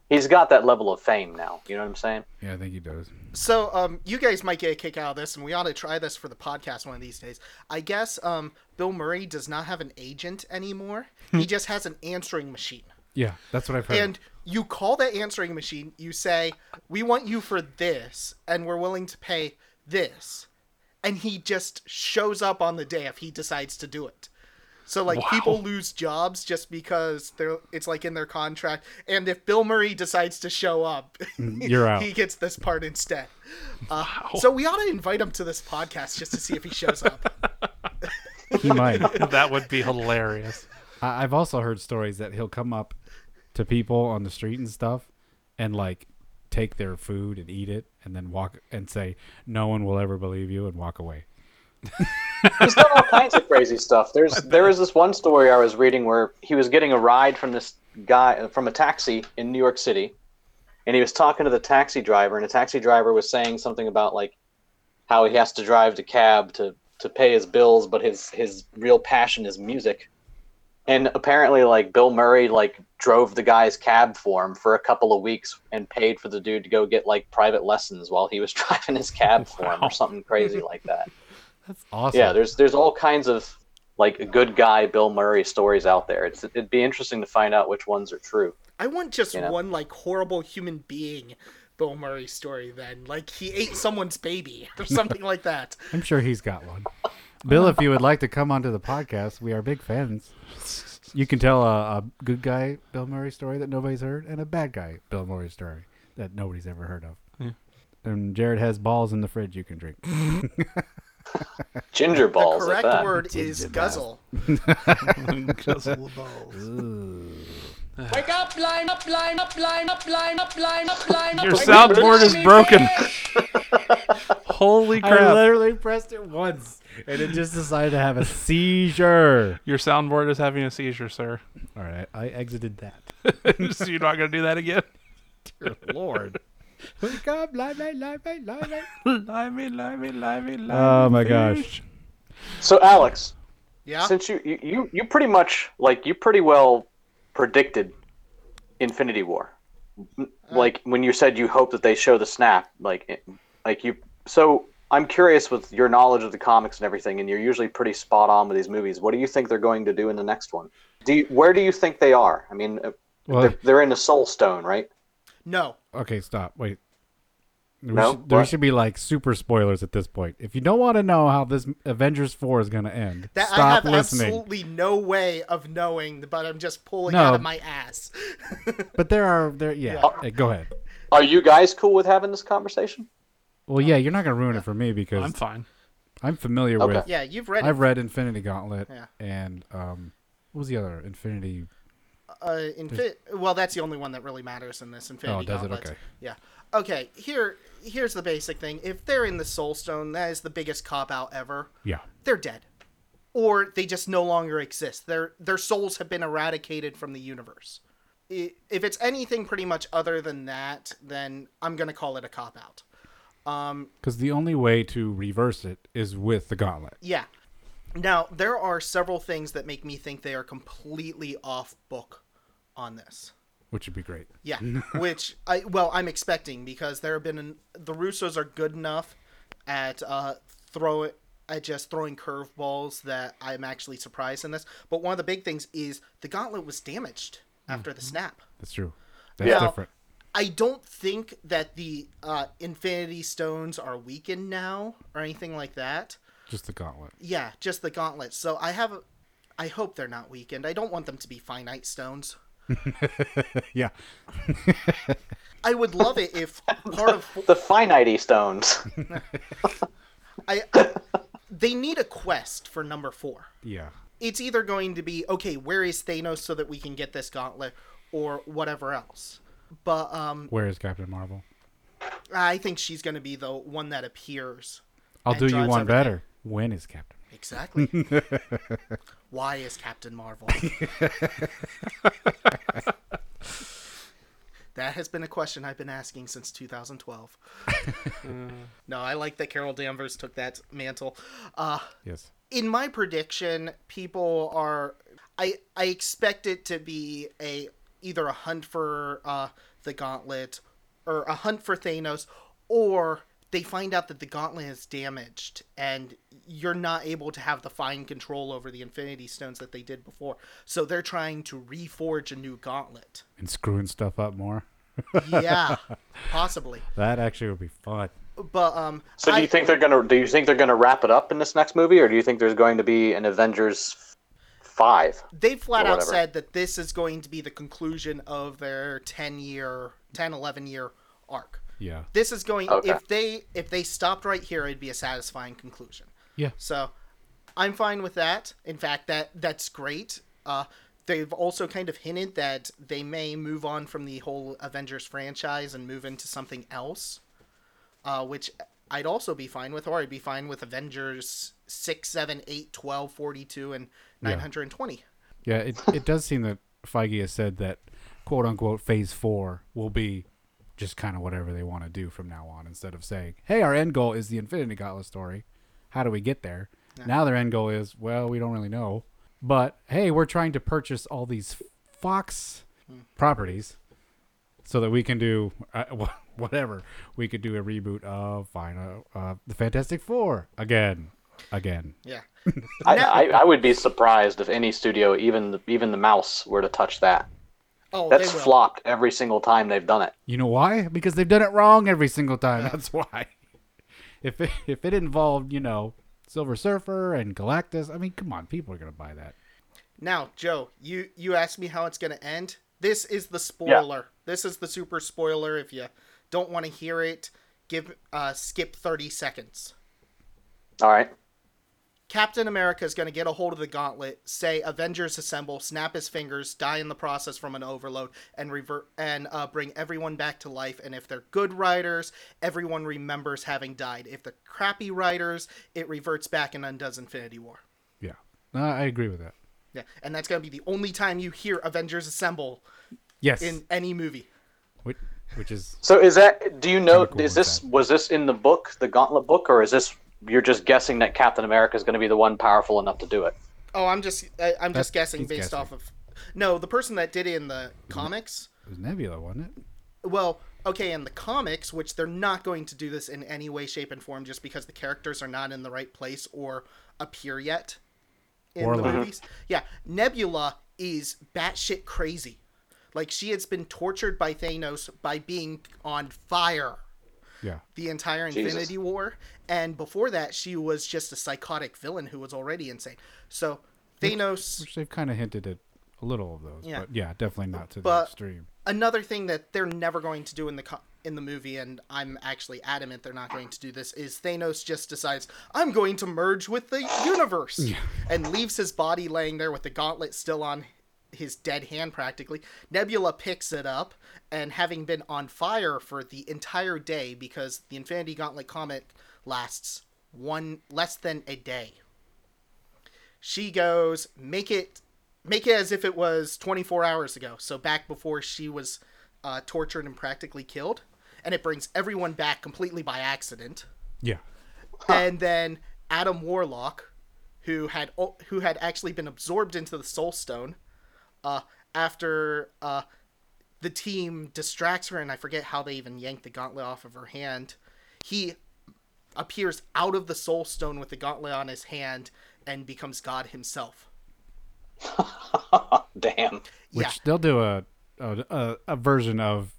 he's got that level of fame now. You know what I'm saying? Yeah, I think he does. So, um, you guys might get a kick out of this, and we ought to try this for the podcast one of these days. I guess um, Bill Murray does not have an agent anymore. Hmm. he just has an answering machine. Yeah, that's what I've heard. And you call that answering machine, you say, We want you for this, and we're willing to pay this. And he just shows up on the day if he decides to do it. So like people lose jobs just because they're it's like in their contract. And if Bill Murray decides to show up, Mm, you're out. he gets this part instead. Uh, So we ought to invite him to this podcast just to see if he shows up. he might. that would be hilarious. I- I've also heard stories that he'll come up to people on the street and stuff, and like take their food and eat it, and then walk and say, "No one will ever believe you," and walk away. He's done all kinds of crazy stuff. There's there was this one story I was reading where he was getting a ride from this guy from a taxi in New York City, and he was talking to the taxi driver, and the taxi driver was saying something about like how he has to drive the cab to to pay his bills, but his his real passion is music. And apparently, like Bill Murray, like drove the guy's cab for him for a couple of weeks and paid for the dude to go get like private lessons while he was driving his cab for him or something crazy like that. That's awesome. Yeah, there's there's all kinds of like good guy Bill Murray stories out there. It's it'd be interesting to find out which ones are true. I want just You know. one like horrible human being Bill Murray story then. Like he ate someone's baby or something like that. I'm sure he's got one. Bill, if you would like to come onto the podcast, we are big fans. You can tell a, a good guy Bill Murray story that nobody's heard, and a bad guy Bill Murray story that nobody's ever heard of. And Jared has balls in the fridge you can drink. Ginger The balls. at correct that. word is guzzle. Wake up, line up, line up, line up, line up, line up, line up. Your soundboard is broken. Holy I crap! literally pressed it once, and it just decided to have a seizure. Your soundboard is having a seizure, sir. All right, I exited that. so you're not gonna do that again. Lord. Wake up, live, live, live, live, live, live. Limey, limey, limey, limey. Oh my gosh. So Alex, Yeah. since you, you you you pretty much like you pretty well predicted Infinity War, M- Uh. like when you said you hope that they show the snap, like it- like you. So I'm curious with your knowledge of the comics and everything, and you're usually pretty spot on with these movies. What do you think they're going to do in the next one? Do you, where do you think they are? I mean, uh, Well- they're, they're in the Soul Stone, right? No. Okay, stop. Wait. We No? should, there What? should be like super spoilers at this point. If you don't want to know how this Avengers 4 is going to end, That I stop have listening. absolutely no way of knowing, but I'm just pulling No. out of my ass. But there are there yeah. Yeah. Hey, go ahead. Are you guys cool with having this conversation? Well, yeah, you're not going to ruin it for me because I'm I'm, fine. familiar Okay. with yeah, you've read I've read Infinity Gauntlet Yeah. and um what was the other? Infinity uh, Infi- well, that's the only one that really matters in this Infinity Oh, does it? Gauntlet. Okay. Yeah. Okay. Here, here's the basic thing. If they're in the Soul Stone, that is the biggest cop out ever. Yeah. They're dead, or they just no longer exist. Their their souls have been eradicated from the universe. I- If it's anything pretty much other than that, then I'm gonna call it a cop out. Cuz the only way to reverse it is with the gauntlet. Yeah. Now, there are several things that make me think they are completely off book on this. Which would be great. Yeah, which I well, I'm expecting because there have been an, the Russos are good enough at uh throw at just throwing curveballs that I'm actually surprised in this. But one of the big things is the gauntlet was damaged after the snap. That's true. That's Yeah. different. I don't think that the uh, Infinity Stones are weakened now or anything like that. Just the gauntlet. Yeah, just the gauntlet. So I have, I hope they're not weakened. I don't want them to be finite stones. Yeah. I would love it if part of The Finite Stones. I, they need a quest for number four. Yeah. It's either going to be okay, where is Thanos so that we can get this gauntlet, or whatever else. But um, Where is Captain Marvel? I think she's going to be the one that appears. I'll And do you drives one everything. better. When is Captain? Exactly. Why is Captain Marvel? that has been a question I've been asking since 2012. no, I like that Carol Danvers took that mantle. Uh, Yes. in my prediction, people are. I I expect it to be a either a hunt for uh, the gauntlet or a hunt for Thanos, or they find out that the gauntlet is damaged and you're not able to have the fine control over the Infinity Stones that they did before. So they're trying to reforge a new gauntlet. and screwing stuff up more. Yeah, possibly. That actually would be fun. But um, So do I- you think they're gonna do you think they're gonna wrap it up in this next movie, or do you think there's going to be an Avengers five? they flat or out whatever. said that this is going to be the conclusion of their 10 year 10 11 year arc Yeah. this is going Okay. if they if they stopped right here it'd be a satisfying conclusion Yeah. so i'm fine with that in fact that that's great uh they've also kind of hinted that they may move on from the whole avengers franchise and move into something else uh which i'd also be fine with or i'd be fine with avengers 6 7 8 12 42 and 920 Yeah, it, it does seem that Feige has said that quote unquote phase four will be just kind of whatever they want to do from now on instead of saying, hey, our end goal is the Infinity Gauntlet story. How do we get there? Now their end goal is, well, we don't really know. But hey, we're trying to purchase all these Fox properties so that we can do uh, wh- whatever. We could do a reboot of Final, uh, the Fantastic Four again. Again. yeah I, I, I would be surprised if any studio, even the, even the mouse, were to touch that. Oh, That's they will. flopped every single time they've done it. You know why? Because they've done it wrong every single time. That's why. If it, if it involved, you know, Silver Surfer and Galactus, I mean, come on, people are gonna buy that. Now, Joe, you you asked me how it's going to end. This is the spoiler. This is the super spoiler. If you don't want to hear it, give uh, skip thirty seconds. All right. Captain America is going to get a hold of the gauntlet, say Avengers assemble, snap his fingers, die in the process from an overload, and revert and uh, bring everyone back to life. And if they're good writers, everyone remembers having died. If they're crappy writers, it reverts back and undoes Infinity War. Yeah, no, I agree with that. Yeah, and that's going to be the only time you hear Avengers assemble Yes, in any movie. which, which is So is that? Do you know? Kinda cool is with this that. was this in the book, the Gauntlet book, or is this you're just guessing that Captain America is going to be the one powerful enough to do it? Oh, I'm just I, I'm just guessing he's based guessing. Mm-hmm. off of. No, the person that did it in the comics. it was Nebula, wasn't it? Well, okay, in the comics, which they're not going to do this in any way, shape, and form, just because the characters are not in the right place or appear yet in Or the like- movies. Yeah, Nebula is batshit crazy. Like she has been tortured by Thanos by being on fire Yeah, the entire Jesus. Infinity War, and before that, she was just a psychotic villain who was already insane. So Thanos. which they've kind of hinted at a little of those. Yeah. but yeah, definitely not to the But- extreme. another thing that they're never going to do in the co- in the movie, and I'm actually adamant they're not going to do this, is Thanos just decides I'm going to merge with the universe and leaves his body laying there with the gauntlet still on his dead hand practically. Nebula picks it up and having been on fire for the entire day because the Infinity Gauntlet comet lasts one less than a day. She goes, "Make it make it as if it was 24 hours ago so back before she was uh, tortured and practically killed and it brings everyone back completely by accident Yeah, and then adam warlock who had o- who had actually been absorbed into the soul stone uh, after uh, the team distracts her and i forget how they even yanked the gauntlet off of her hand he appears out of the soul stone with the gauntlet on his hand and becomes god himself Damn. which yeah they'll do a a, a a version of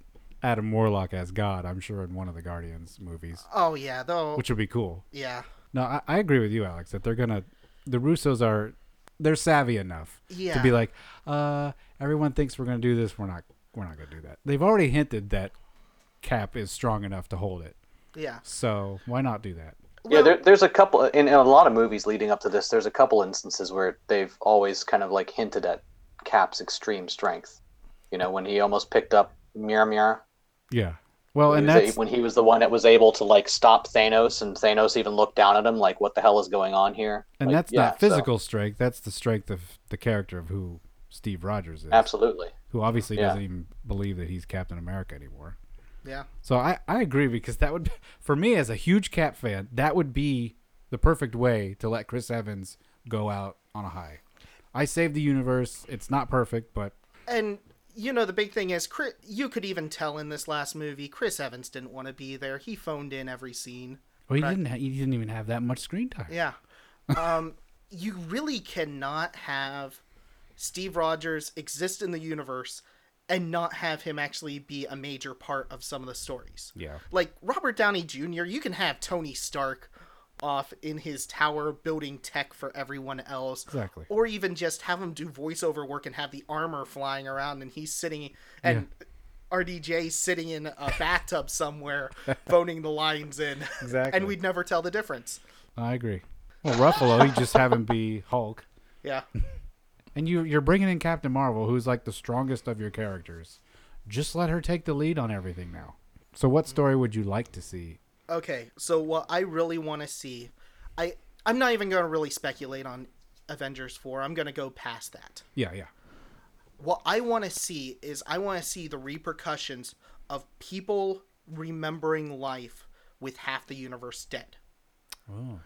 Adam Warlock as God, I'm sure, in one of the Guardians movies, oh yeah though which would be cool. yeah No, I, I agree with you, Alex. That they're gonna, the Russos are, they're savvy enough to Yeah. be like, uh, everyone thinks we're gonna do this. We're not. We're not gonna do that. They've already hinted that Cap is strong enough to hold it. yeah So why not do that? Yeah, there, there's a couple in, in a lot of movies leading up to this. There's a couple instances where they've always kind of like hinted at Cap's extreme strength. You know, when he almost picked up Mjolnir, Yeah. Well, Oh, and He was a- that's when he was the one that was able to like stop Thanos, and Thanos even looked down at him like, "What the hell is going on here?" and Like, that's yeah, not so- physical strength. That's the strength of the character of who Steve Rogers is, Absolutely. who obviously Yeah. doesn't even believe that he's Captain America anymore. Yeah. So I, I agree because that would for me as a huge Cap fan, that would be the perfect way to let Chris Evans go out on a high. I saved the universe. It's not perfect, but And you know the big thing is Chris, you could even tell in this last movie Chris Evans didn't want to be there. He phoned in every scene. Well, he didn't. Ha- he didn't even have that much screen time. Yeah. Um, you really cannot have Steve Rogers exist in the universe and not have him actually be a major part of some of the stories. Yeah. Like Robert Downey Jr., you can have Tony Stark off in his tower building tech for everyone else. Exactly. Or even just have him do voiceover work and have the armor flying around and he's sitting and RDJ sitting in a bathtub somewhere phoning the lines in. Exactly. and we'd never tell the difference. I agree. Well, Ruffalo, you just have him be Hulk, Yeah. and you you're bringing in Captain Marvel, who's like the strongest of your characters. Just let her take the lead on everything now. So, what story would you like to see? Okay, so what I really want to see, I I'm not even going to really speculate on Avengers 4. I'm going to go past that. Yeah, yeah, What I want to see is I want to see the repercussions of people remembering life with half the universe dead.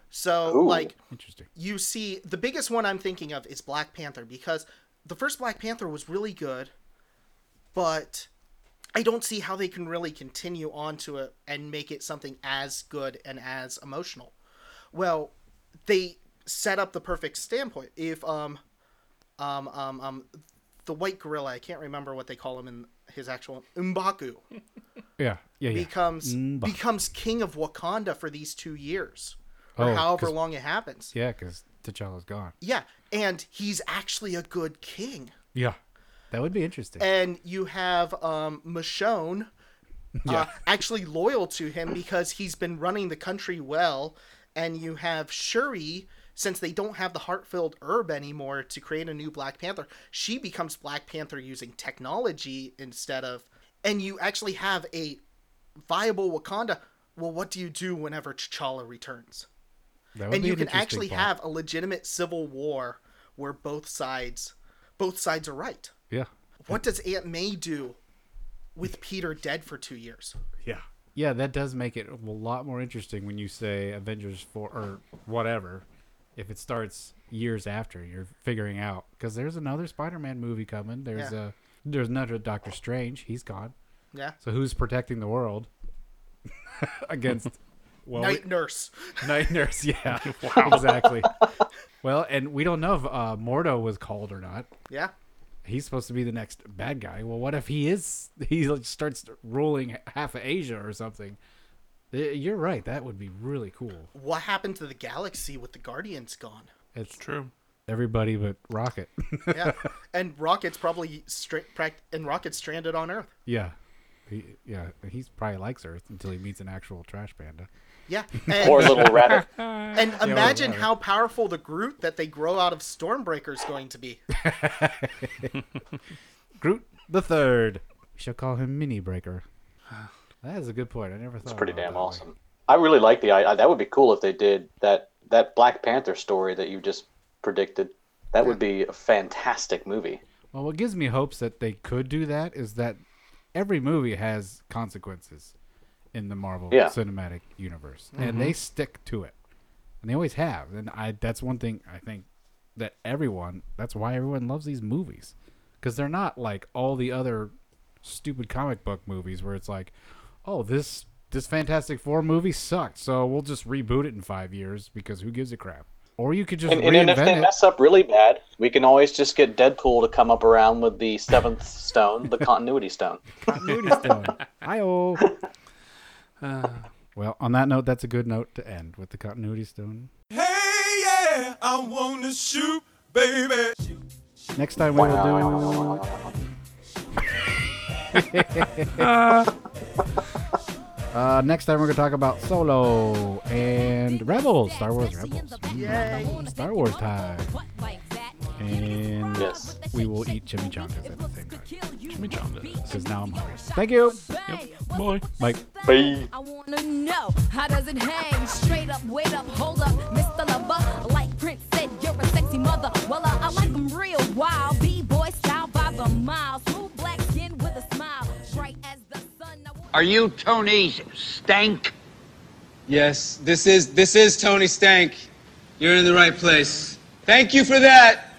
So Ooh. like interesting. you see the biggest one I'm thinking of is Black Panther because the first Black Panther was really good, but I don't see how they can really continue on to it and make it something as good and as emotional. Well, they set up the perfect standpoint. If um um um um the white gorilla, I can't remember what they call him in his actual Umbaku Yeah, yeah, yeah. becomes M'Baku. becomes king of Wakanda for these two years. Or Oh, however 'cause- long it happens. yeah, because T'Challa's gone. Yeah, and he's actually a good king. Yeah, that would be interesting. And you have um, Michonne uh, actually loyal to him because he's been running the country well. And you have Shuri, since they don't have the heart-filled herb anymore to create a new Black Panther, she becomes Black Panther using technology instead of. And you actually have a viable Wakanda. Well, what do you do whenever T'Challa returns? That would and be you an can interesting actually plot. have a legitimate civil war where both sides both sides are right Yeah, what does aunt may do with peter dead for two years yeah, yeah. That does make it a lot more interesting when you say Avengers four or whatever. If it starts years after, you're figuring out because there's another Spider-Man movie coming. There's Yeah. a there's another Doctor Strange. He's gone. yeah So who's protecting the world against well, night nurse we- night nurse? Yeah, exactly. Well, and we don't know if uh, Mordo was called or not. yeah He's supposed to be the next bad guy. Well, what if he is? He like, starts ruling half of Asia or something. Y- You're right. That would be really cool. what happened to the galaxy with the guardians gone It's True. everybody but Rocket. yeah and rocket's probably straight and rocket's stranded on earth yeah, he, yeah. He's probably likes Earth until he meets an actual trash panda. yeah Poor and, little rabbit. and imagine how powerful the groot that they grow out of stormbreaker is going to be Groot the third. We shall call him Mini Breaker. That is a good point. I never thought. It's pretty about it damn that way. awesome. I really like the I, I- that would be cool if they did that that Black Panther story that you just predicted. That would be a fantastic movie. Well, what gives me hopes that they could do that is that every movie has consequences in the Marvel Yeah. Cinematic Universe, and they stick to it, and they always have. And I that's one thing I think that everyone that's why everyone loves these movies because they're not like all the other stupid comic book movies where it's like, oh this this Fantastic Four movie sucked, so we'll just reboot it in five years because who gives a crap. Or you could just And, and, reinvent if they it. mess up really bad, we can always just get Deadpool to come up around with the seventh stone, the continuity stone. Hi-oh. well, on that note, that's a good note to end with the continuity stone. Hey, yeah, I want to shoot, baby. Next time we will do. uh, next time we're gonna talk about Solo and Rebels, Star Wars Rebels, Yay. Star Wars time, and Yes. we will eat chimichangas at the same time Chimichangas. because now I'm hungry. Thank you, Yep. Bye. Mike. Bye. I wanna know how does it hang? Straight up, wait up, hold up, Mr. Lover. Like Prince said, you're a sexy mother. Well, uh, I like them real wild. B-boy style by the mile. Smooth black skin with a smile. Bright as the sun. I wanna- Are you Tony's stank? Yes, this is this is Tony Stank. You're in the right place. Thank you for that.